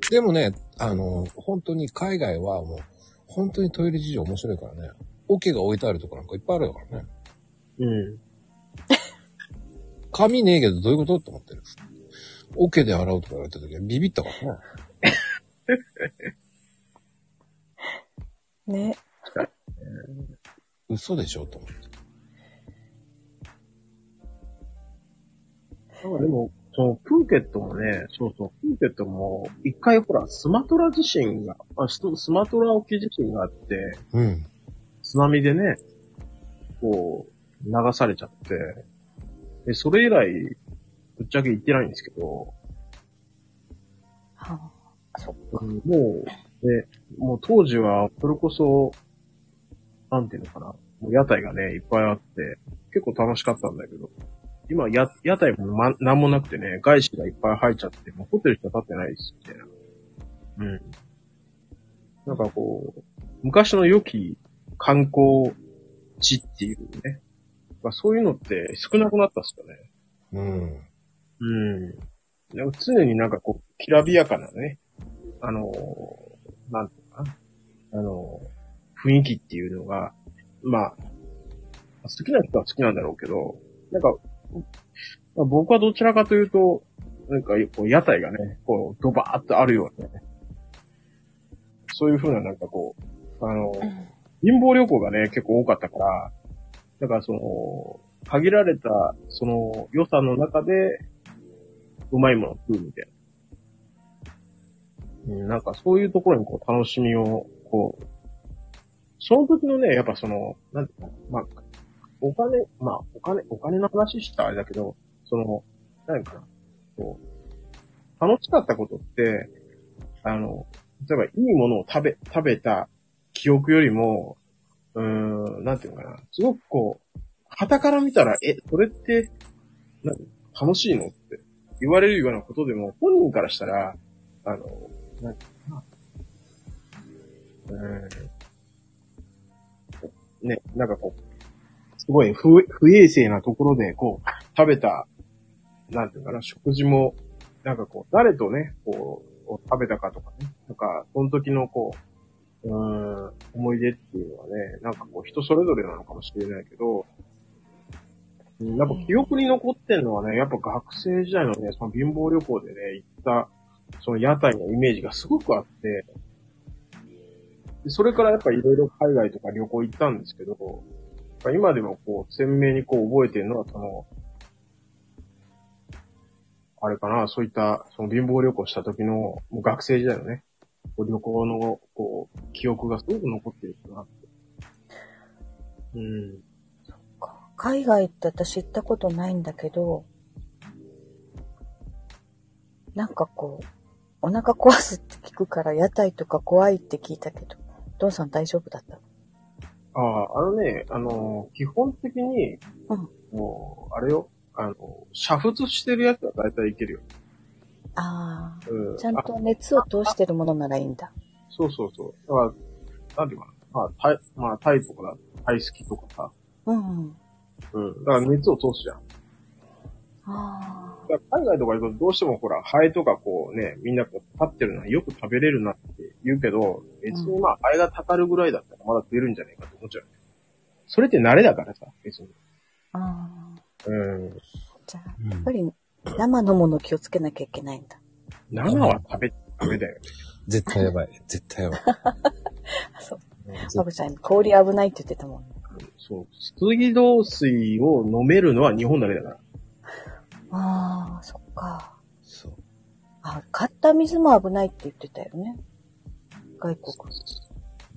Speaker 1: でもね、あの、本当に海外はもう、本当にトイレ事情面白いからね。オケが置いてあるとこなんかいっぱいあるからね。
Speaker 3: うん。
Speaker 1: 紙ねえけどどういうことと思ってる。オケで洗うとか言われた時はビビったからね。
Speaker 8: ね。
Speaker 1: 嘘でしょと思って。
Speaker 2: なんかでも、そのプーケットもね、そうそう、プーケットも、一回ほら、スマトラ地震が、あススマトラ沖地震があって、
Speaker 1: うん。
Speaker 2: 津波でね、こう、流されちゃって、で、それ以来、ぶっちゃけ行ってないんですけど、
Speaker 8: は
Speaker 2: うんもう、で、もう当時は、それこそ、なんていうのかな、もう屋台がね、いっぱいあって、結構楽しかったんだけど、今、や、屋台もま、なんもなくてね、外資がいっぱい入っちゃって、もうホテルしか建ってないですね。うん。なんかこう、昔の良き観光地っていうね、まあ、そういうのって少なくなったっすよね。
Speaker 1: うん。
Speaker 2: うん。でも常になんかこう、きらびやかなね、あのー、なんていうのかな、あのー、雰囲気っていうのが、まあ、好きな人は好きなんだろうけど、なんか、まあ僕はどちらかというと、なんかこう屋台がね、こう、ドバーっとあるようなね、そういう風ななんかこう、あのー、貧乏旅行がね、結構多かったから、だからその、限られた、その、予算の中で、うまいものを食うみたいな。うん、なんかそういうところにこう楽しみを、こう、その時のね、やっぱその、なんていうのまあ、お金、まあ、お金、お金の話したらあれだけど、その、なんかな、こう、楽しかったことって、あの、例えばいいものを食べ、食べた記憶よりも、うーん、なんていうのかな、すごくこう、傍から見たら、え、それって、な楽しいのって言われるようなことでも、本人からしたら、あの、なんていうのかな。うん。ね、なんかこう、すごい不不衛生なところで、こう、食べた、なんていうのかな、食事も、なんかこう、誰とね、こう、を食べたかとかね、なんか、その時のこう、うーん、思い出っていうのはね、なんかこう、人それぞれなのかもしれないけど、うんやっぱ記憶に残ってんのはね、やっぱ学生時代のね、その貧乏旅行でね、行った、その屋台のイメージがすごくあって、でそれからやっぱいろいろ海外とか旅行行ったんですけど、やっぱ今でもこう、鮮明にこう覚えてるのは、その、あれかな、そういった、その貧乏旅行した時の、もう学生時代のね、こう旅行の、こう、記憶がすごく残ってるなって。うん。
Speaker 8: あ海外って私行ったことないんだけど、なんかこう、お腹壊すって聞くから屋台とか怖いって聞いたけど、ドンさん大丈夫だった
Speaker 2: ああ、あのね、あのー基本的に、
Speaker 8: うん
Speaker 2: もう、あれよ、あのー、煮沸してるやつは大体いけるよ。
Speaker 8: ああ、
Speaker 2: うん。
Speaker 8: ちゃん
Speaker 2: あ
Speaker 8: と熱を通してるものならいいんだ。
Speaker 2: そうそうそう。だから、なんていうかな。まあ、タイ、まあ、タイとかだ、タイ好きとかさ。
Speaker 8: うんうん。
Speaker 2: うん。だから熱を通すじゃん。
Speaker 8: あ
Speaker 2: だから海外とか行くとどうしてもほら、ハエとかこうね、みんなこう立ってるのはよく食べれるなって言うけど、別にまあ、ハエがたかるぐらいだったらまだ出るんじゃないかって思っちゃう。それって慣れだからさ、別に。
Speaker 8: あ、ああ、
Speaker 2: うん。
Speaker 8: じゃあ、
Speaker 1: う
Speaker 8: や
Speaker 1: ん
Speaker 8: っぱり生のもの気をつけなきゃいけないんだ。
Speaker 2: 生は食べ、食べだよね。
Speaker 1: 絶対やばい。絶対やばい。
Speaker 8: あ、そう。
Speaker 1: 絶
Speaker 8: まこちゃん、氷危ないって言ってたもん。
Speaker 2: そう。水道水を飲めるのは日本だけだから。
Speaker 8: ああ、そっか。
Speaker 1: そう。
Speaker 8: あ、買った水も危ないって言ってたよね。外国。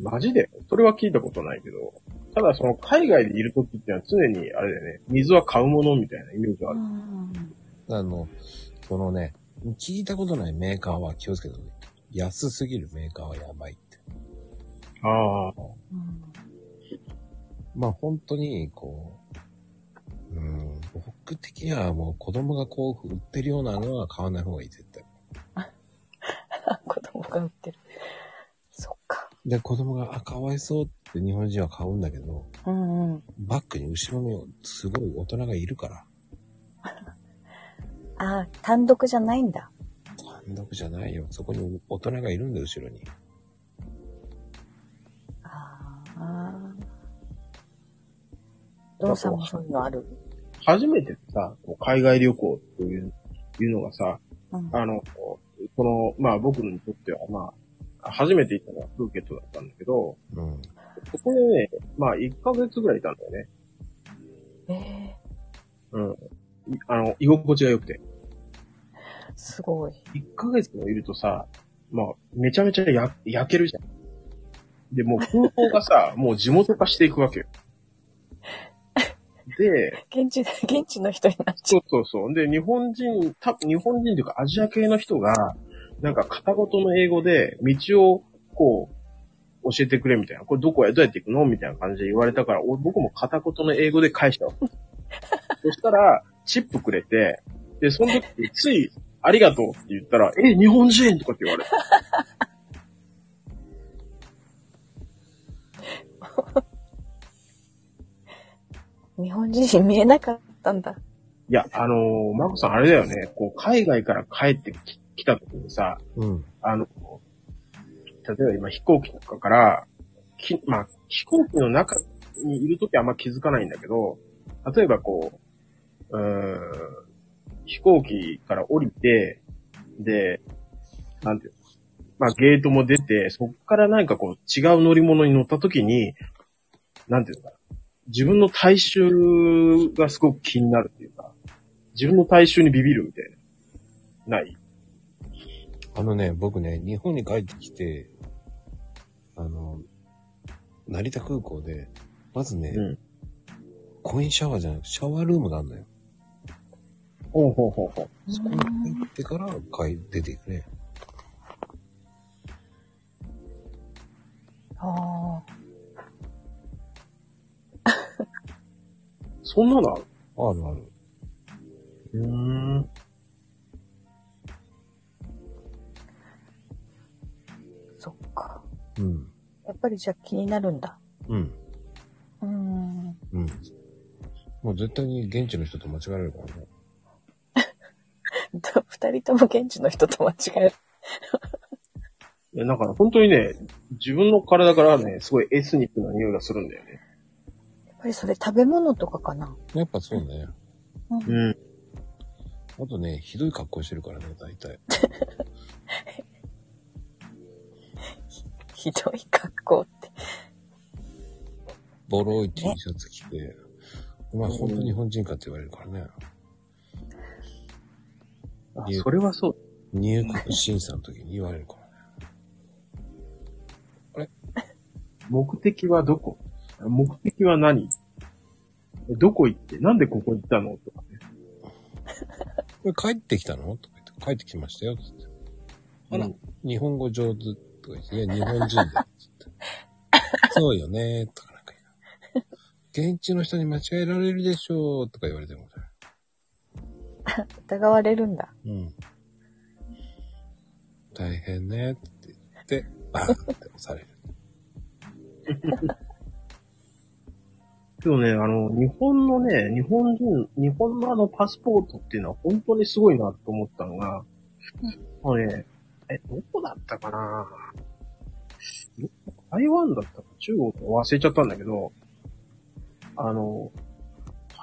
Speaker 2: マジでそれは聞いたことないけど。ただその海外でいるときってのは常にあれだよね、水は買うものみたいなイメージがあ
Speaker 8: う
Speaker 2: る。
Speaker 8: ん。
Speaker 1: あの、そのね、聞いたことないメーカーは気をつけてね。安すぎるメーカーはやばいって。
Speaker 2: ああ。
Speaker 8: うん
Speaker 1: まあ本当に、こう、うん、僕的にはもう子供がこう売ってるようなのは買わない方がいい、絶対。
Speaker 8: 子供が売ってる。そっか。
Speaker 1: で、子供が、あ、かわいそうって日本人は買うんだけど、
Speaker 8: うんうん。
Speaker 1: バックに後ろにすごい大人がいるから、
Speaker 8: あ、単独じゃないんだ。
Speaker 1: 単独じゃないよ。そこに大人がいるんだよ、後ろに。
Speaker 8: ああ。ドンさんもそういうのある。
Speaker 2: 初めてさ、こう海外旅行っていう、いうのがさ、
Speaker 8: うん
Speaker 2: あの、こうこの、まあ僕にとっては、まあ、初めて行ったのはプーケットだったんだけど、
Speaker 1: うん。
Speaker 2: そこでね、まあ1ヶ月ぐらいいたんだよね。
Speaker 8: え
Speaker 2: うん。いあの、居心地が良くて。
Speaker 8: ー、すごい。
Speaker 2: 1ヶ月もいるとさ、まあ、めちゃめちゃや、焼けるじゃん。で、もう空港が さ、もう地元化していくわけよ。で、
Speaker 8: 現地、現地の人になっち
Speaker 2: そ
Speaker 8: ゃ
Speaker 2: うそうそう。で、日本人、た、日本人というかアジア系の人が、なんか片言の英語で道をこう、教えてくれみたいな。これどこへどうやって行くのみたいな感じで言われたから、お僕も片言の英語で返した わ。そしたら、チップくれて、で、その時、つい、ありがとうって言ったら、え、日本人とかって言われた。
Speaker 8: う。日本人に 見えなかったんだ。
Speaker 2: いや、あのー、マコさんあれだよね。こう、海外から帰ってき来た時にさ、
Speaker 1: うん。
Speaker 2: あの、例えば今飛行機とかから、きまあ、飛行機の中にいるときはあんま気づかないんだけど、例えばこう、うーん、飛行機から降りて、で、なんていうのまあゲートも出て、そこからなんかこう違う乗り物に乗ったときに、なんていうのかな。自分の体臭がすごく気になるっていうか、自分の体臭にビビるみたいな。ない
Speaker 1: あのね、僕ね、日本に帰ってきて、あの、成田空港で、まずね、
Speaker 2: うん
Speaker 1: コインシャワーじゃなくシャワールームがあるのよ。
Speaker 2: ほうほうほうほう。
Speaker 1: そこに入ってから帰出ていくね。
Speaker 8: あ
Speaker 2: そんなのある
Speaker 1: あるある。
Speaker 2: うーん。
Speaker 8: あ、そっか。
Speaker 1: うん。
Speaker 8: やっぱりじゃあ気になるんだ。
Speaker 1: うん。
Speaker 8: うーん。
Speaker 1: うん。もう絶対に現地の人と間違われるからね。
Speaker 8: と 二人とも現地の人と間違える。
Speaker 2: いや、だから本当にね、自分の体からね、すごいエスニックな匂いがするんだよね。
Speaker 8: やっぱりそれ食べ物とかかな。
Speaker 1: やっぱそうね。
Speaker 2: うん。
Speaker 1: あとね、ひどい格好してるからね、大体。
Speaker 8: ひどい格好って。
Speaker 1: ボロい T シャツ着て、お前本当に日本人かって言われるからね。
Speaker 2: あ
Speaker 1: いや
Speaker 2: それはそう。
Speaker 1: 入国審査の時に言われるからね。
Speaker 2: 目的はどこ目的は何どこ行ってなんでここ行ったのとかね。
Speaker 1: これ帰ってきたのとか言って、帰ってきましたよ。つって。あら
Speaker 2: うん
Speaker 1: 日本語上手とか言って、いや、日本人だよ。つって。そうよね、とかなんか言う。現地の人に間違えられるでしょう、とか言われてもね。
Speaker 8: 疑われるんだ。
Speaker 1: うん。大変ね、って言って、バーンって押される。
Speaker 2: けどね、あの、日本のね、日本人、日本のあのパスポートっていうのは本当にすごいなと思ったのが、あのね、え、どこだったかな台湾だったか中国か忘れちゃったんだけど、あの、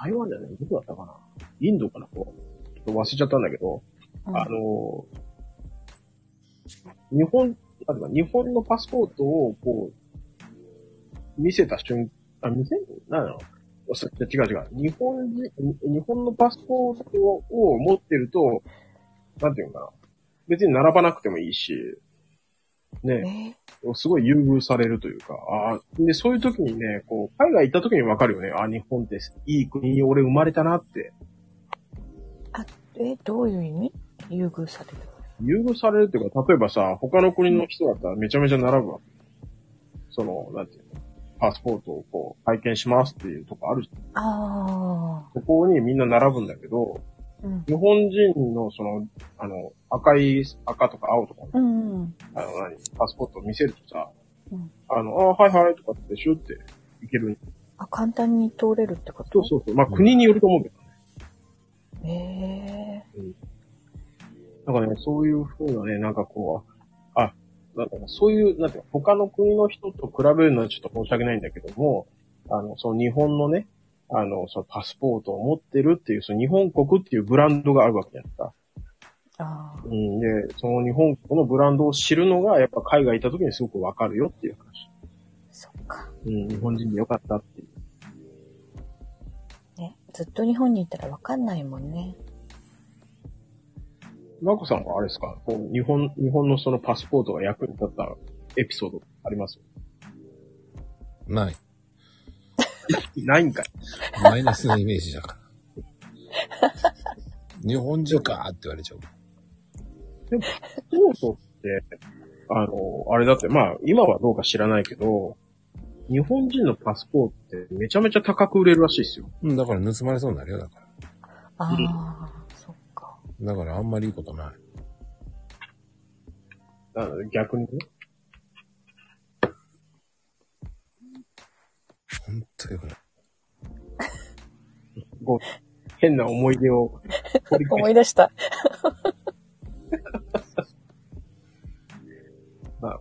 Speaker 2: 台湾じゃないどこだったかなインドかなこうちょっと忘れちゃったんだけど、
Speaker 8: うん
Speaker 2: あの、日本、なんていうか日本のパスポートをこう、見せた瞬間あ、見せなんだろう。そ違う違う。日本人、日本のパスポートをを持ってると、なんていうのかな。別に並ばなくてもいいし、
Speaker 8: え
Speaker 2: ね、
Speaker 8: ー
Speaker 2: すごい優遇されるというか、ああ、で、そういう時にね、こう、海外行った時にわかるよね。あ、日本っていい国に俺生まれたなって。
Speaker 8: えーどういう意味優遇される。
Speaker 2: 優遇されるっていうか、例えばさ、他の国の人だったらめちゃめちゃ並ぶわけ。その、なんていうのパスポートをこう、拝見しますっていうとこあるじゃん。
Speaker 8: あ
Speaker 2: そこにみんな並ぶんだけど、
Speaker 8: あ。うん。
Speaker 2: 日本人のその、あの、赤い、赤とか青とか、
Speaker 8: うんうん。
Speaker 2: あの、何、パスポートを見せるとさ、
Speaker 8: うん
Speaker 2: あの、あはいはいとかってシュっていける。
Speaker 8: あ、簡単に通れるってこと
Speaker 2: そうそうそう。まあ、国によると思うけどね。
Speaker 8: う。え
Speaker 2: なんかね、そういうふうなね、なんかこう、あ、なんかそういう、なんていうか、他の国の人と比べるのはちょっと申し訳ないんだけども、あの、その日本のね、あの、そのパスポートを持ってるっていう、その日本国っていうブランドがあるわけじゃないですか。
Speaker 8: ああ。
Speaker 2: うん、で、その日本国のブランドを知るのが、やっぱ海外行った時にすごくわかるよっていう話。
Speaker 8: そっか。
Speaker 2: うん、日本人でよかったっていう。
Speaker 8: ね。ずっと日本にいたらわかんないもんね。
Speaker 2: マコさんはあれですかこう日本、日本のそのパスポートが役に立ったエピソードあります
Speaker 1: ない。
Speaker 2: ないんかい。
Speaker 1: マイナスなイメージだから。日本中かーって言われちゃう。
Speaker 2: でも、パスポートって、あの、あれだって、まあ、今はどうか知らないけど、日本人のパスポートってめちゃめちゃ高く売れるらしいですよ。
Speaker 1: うん、だから盗まれそうになるよ、だから。
Speaker 8: ああ、そっか。
Speaker 1: だからあんまりいいことない。
Speaker 2: だから逆にね。
Speaker 1: ほんとよくない。
Speaker 2: こう、変な思い出 を掘り返
Speaker 8: 思い出した。
Speaker 2: まあ。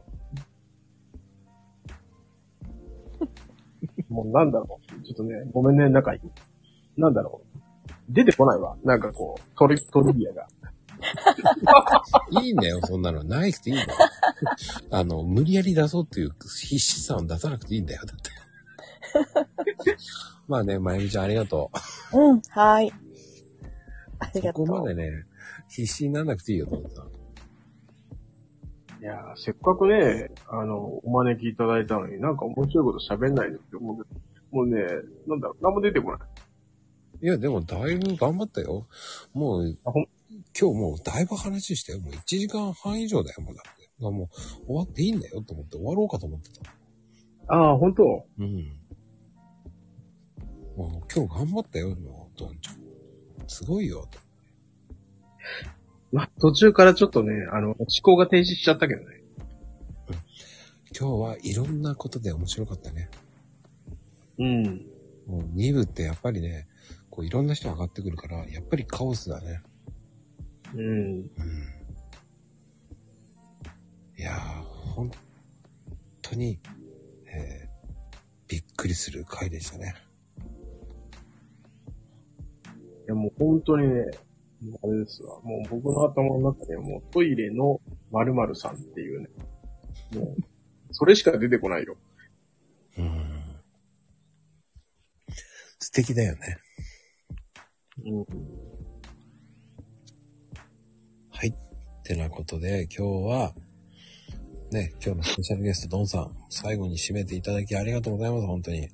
Speaker 2: もうなんだろう。ちょっとね、ごめんね、なんか、なんだろう。出てこないわ。なんかこう、トリ、トリビアが。
Speaker 1: いいんだよ、そんなの。ないくていいんだよ。あの、無理やり出そうっていう必死さを出さなくていいんだよ、だって。まあね、まゆみちゃんありがとう。
Speaker 8: うん、はーい。ありがと
Speaker 1: こ
Speaker 8: う。
Speaker 1: こまでね、必死にならなくていいよ、と思った。
Speaker 2: いやー、せっかくね、あの、お招きいただいたのになんか面白いこと喋んないのって思うけど、もうね、なんだろう、何も出てこない。
Speaker 1: いや、でもだいぶ頑張ったよ。もう、
Speaker 2: あほん
Speaker 1: 今日もうだいぶ話してよ。もう1時間半以上だよ、もうだって。だからもう終わっていいんだよと思って終わろうかと思ってた。
Speaker 2: ああ、本当
Speaker 1: うん。もう今日頑張ったよ、もう、どんちゃん。すごいよ、と。
Speaker 2: まあ、途中からちょっとね、あの、思考が停止しちゃったけどね。
Speaker 1: 今日はいろんなことで面白かったね。
Speaker 2: うん。
Speaker 1: もう2部ってやっぱりね、こういろんな人上がってくるから、やっぱりカオスだね。
Speaker 2: うん。
Speaker 1: うん。いやー、本当に、えー、びっくりする回でしたね。
Speaker 2: いや、もう本当にね、もうあれですわ。もう僕の頭の中でもうトイレの〇〇さんっていうね。もう、それしか出てこないよ。
Speaker 1: うん。素敵だよね。
Speaker 2: うん。
Speaker 1: はい。ってなことで、今日は、ね、今日のスペシャルゲスト、ドンさん、最後に締めていただきありがとうございます、本当に。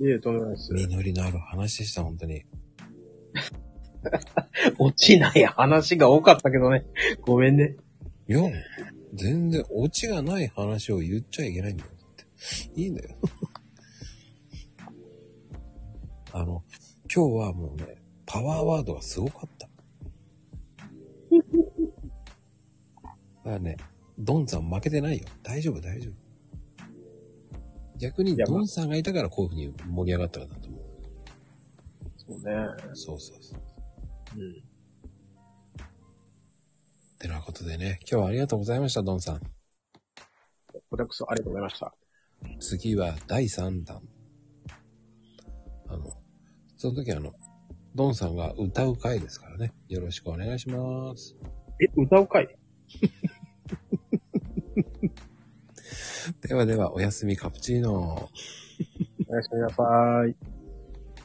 Speaker 2: いえ、とんでもないです。
Speaker 1: 実りのある話でした、本当に。
Speaker 2: 落ちない話が多かったけどね。ごめんね。
Speaker 1: いや、全然オチがない話を言っちゃいけないんだよって。いいんだよ。 あの、今日はもうね、パワーワードがすごかった。だからね、ドンさん負けてないよ。大丈夫、大丈夫。逆に
Speaker 2: いやまあ
Speaker 1: ドンさんがいたからこういう風に盛り上がったんだと思う。
Speaker 2: そうね。
Speaker 1: そうそうそう。
Speaker 2: うん。
Speaker 1: てなことでね、今日はありがとうございました、ドンさん。
Speaker 2: これこそありがとうございました。
Speaker 1: 次は第3弾。あの、その時あの、ドンさんが歌う回ですからね。よろしくお願いします。
Speaker 2: え、歌うかい
Speaker 1: ではでは、おやすみカプチーノ。
Speaker 2: おやすみなさい。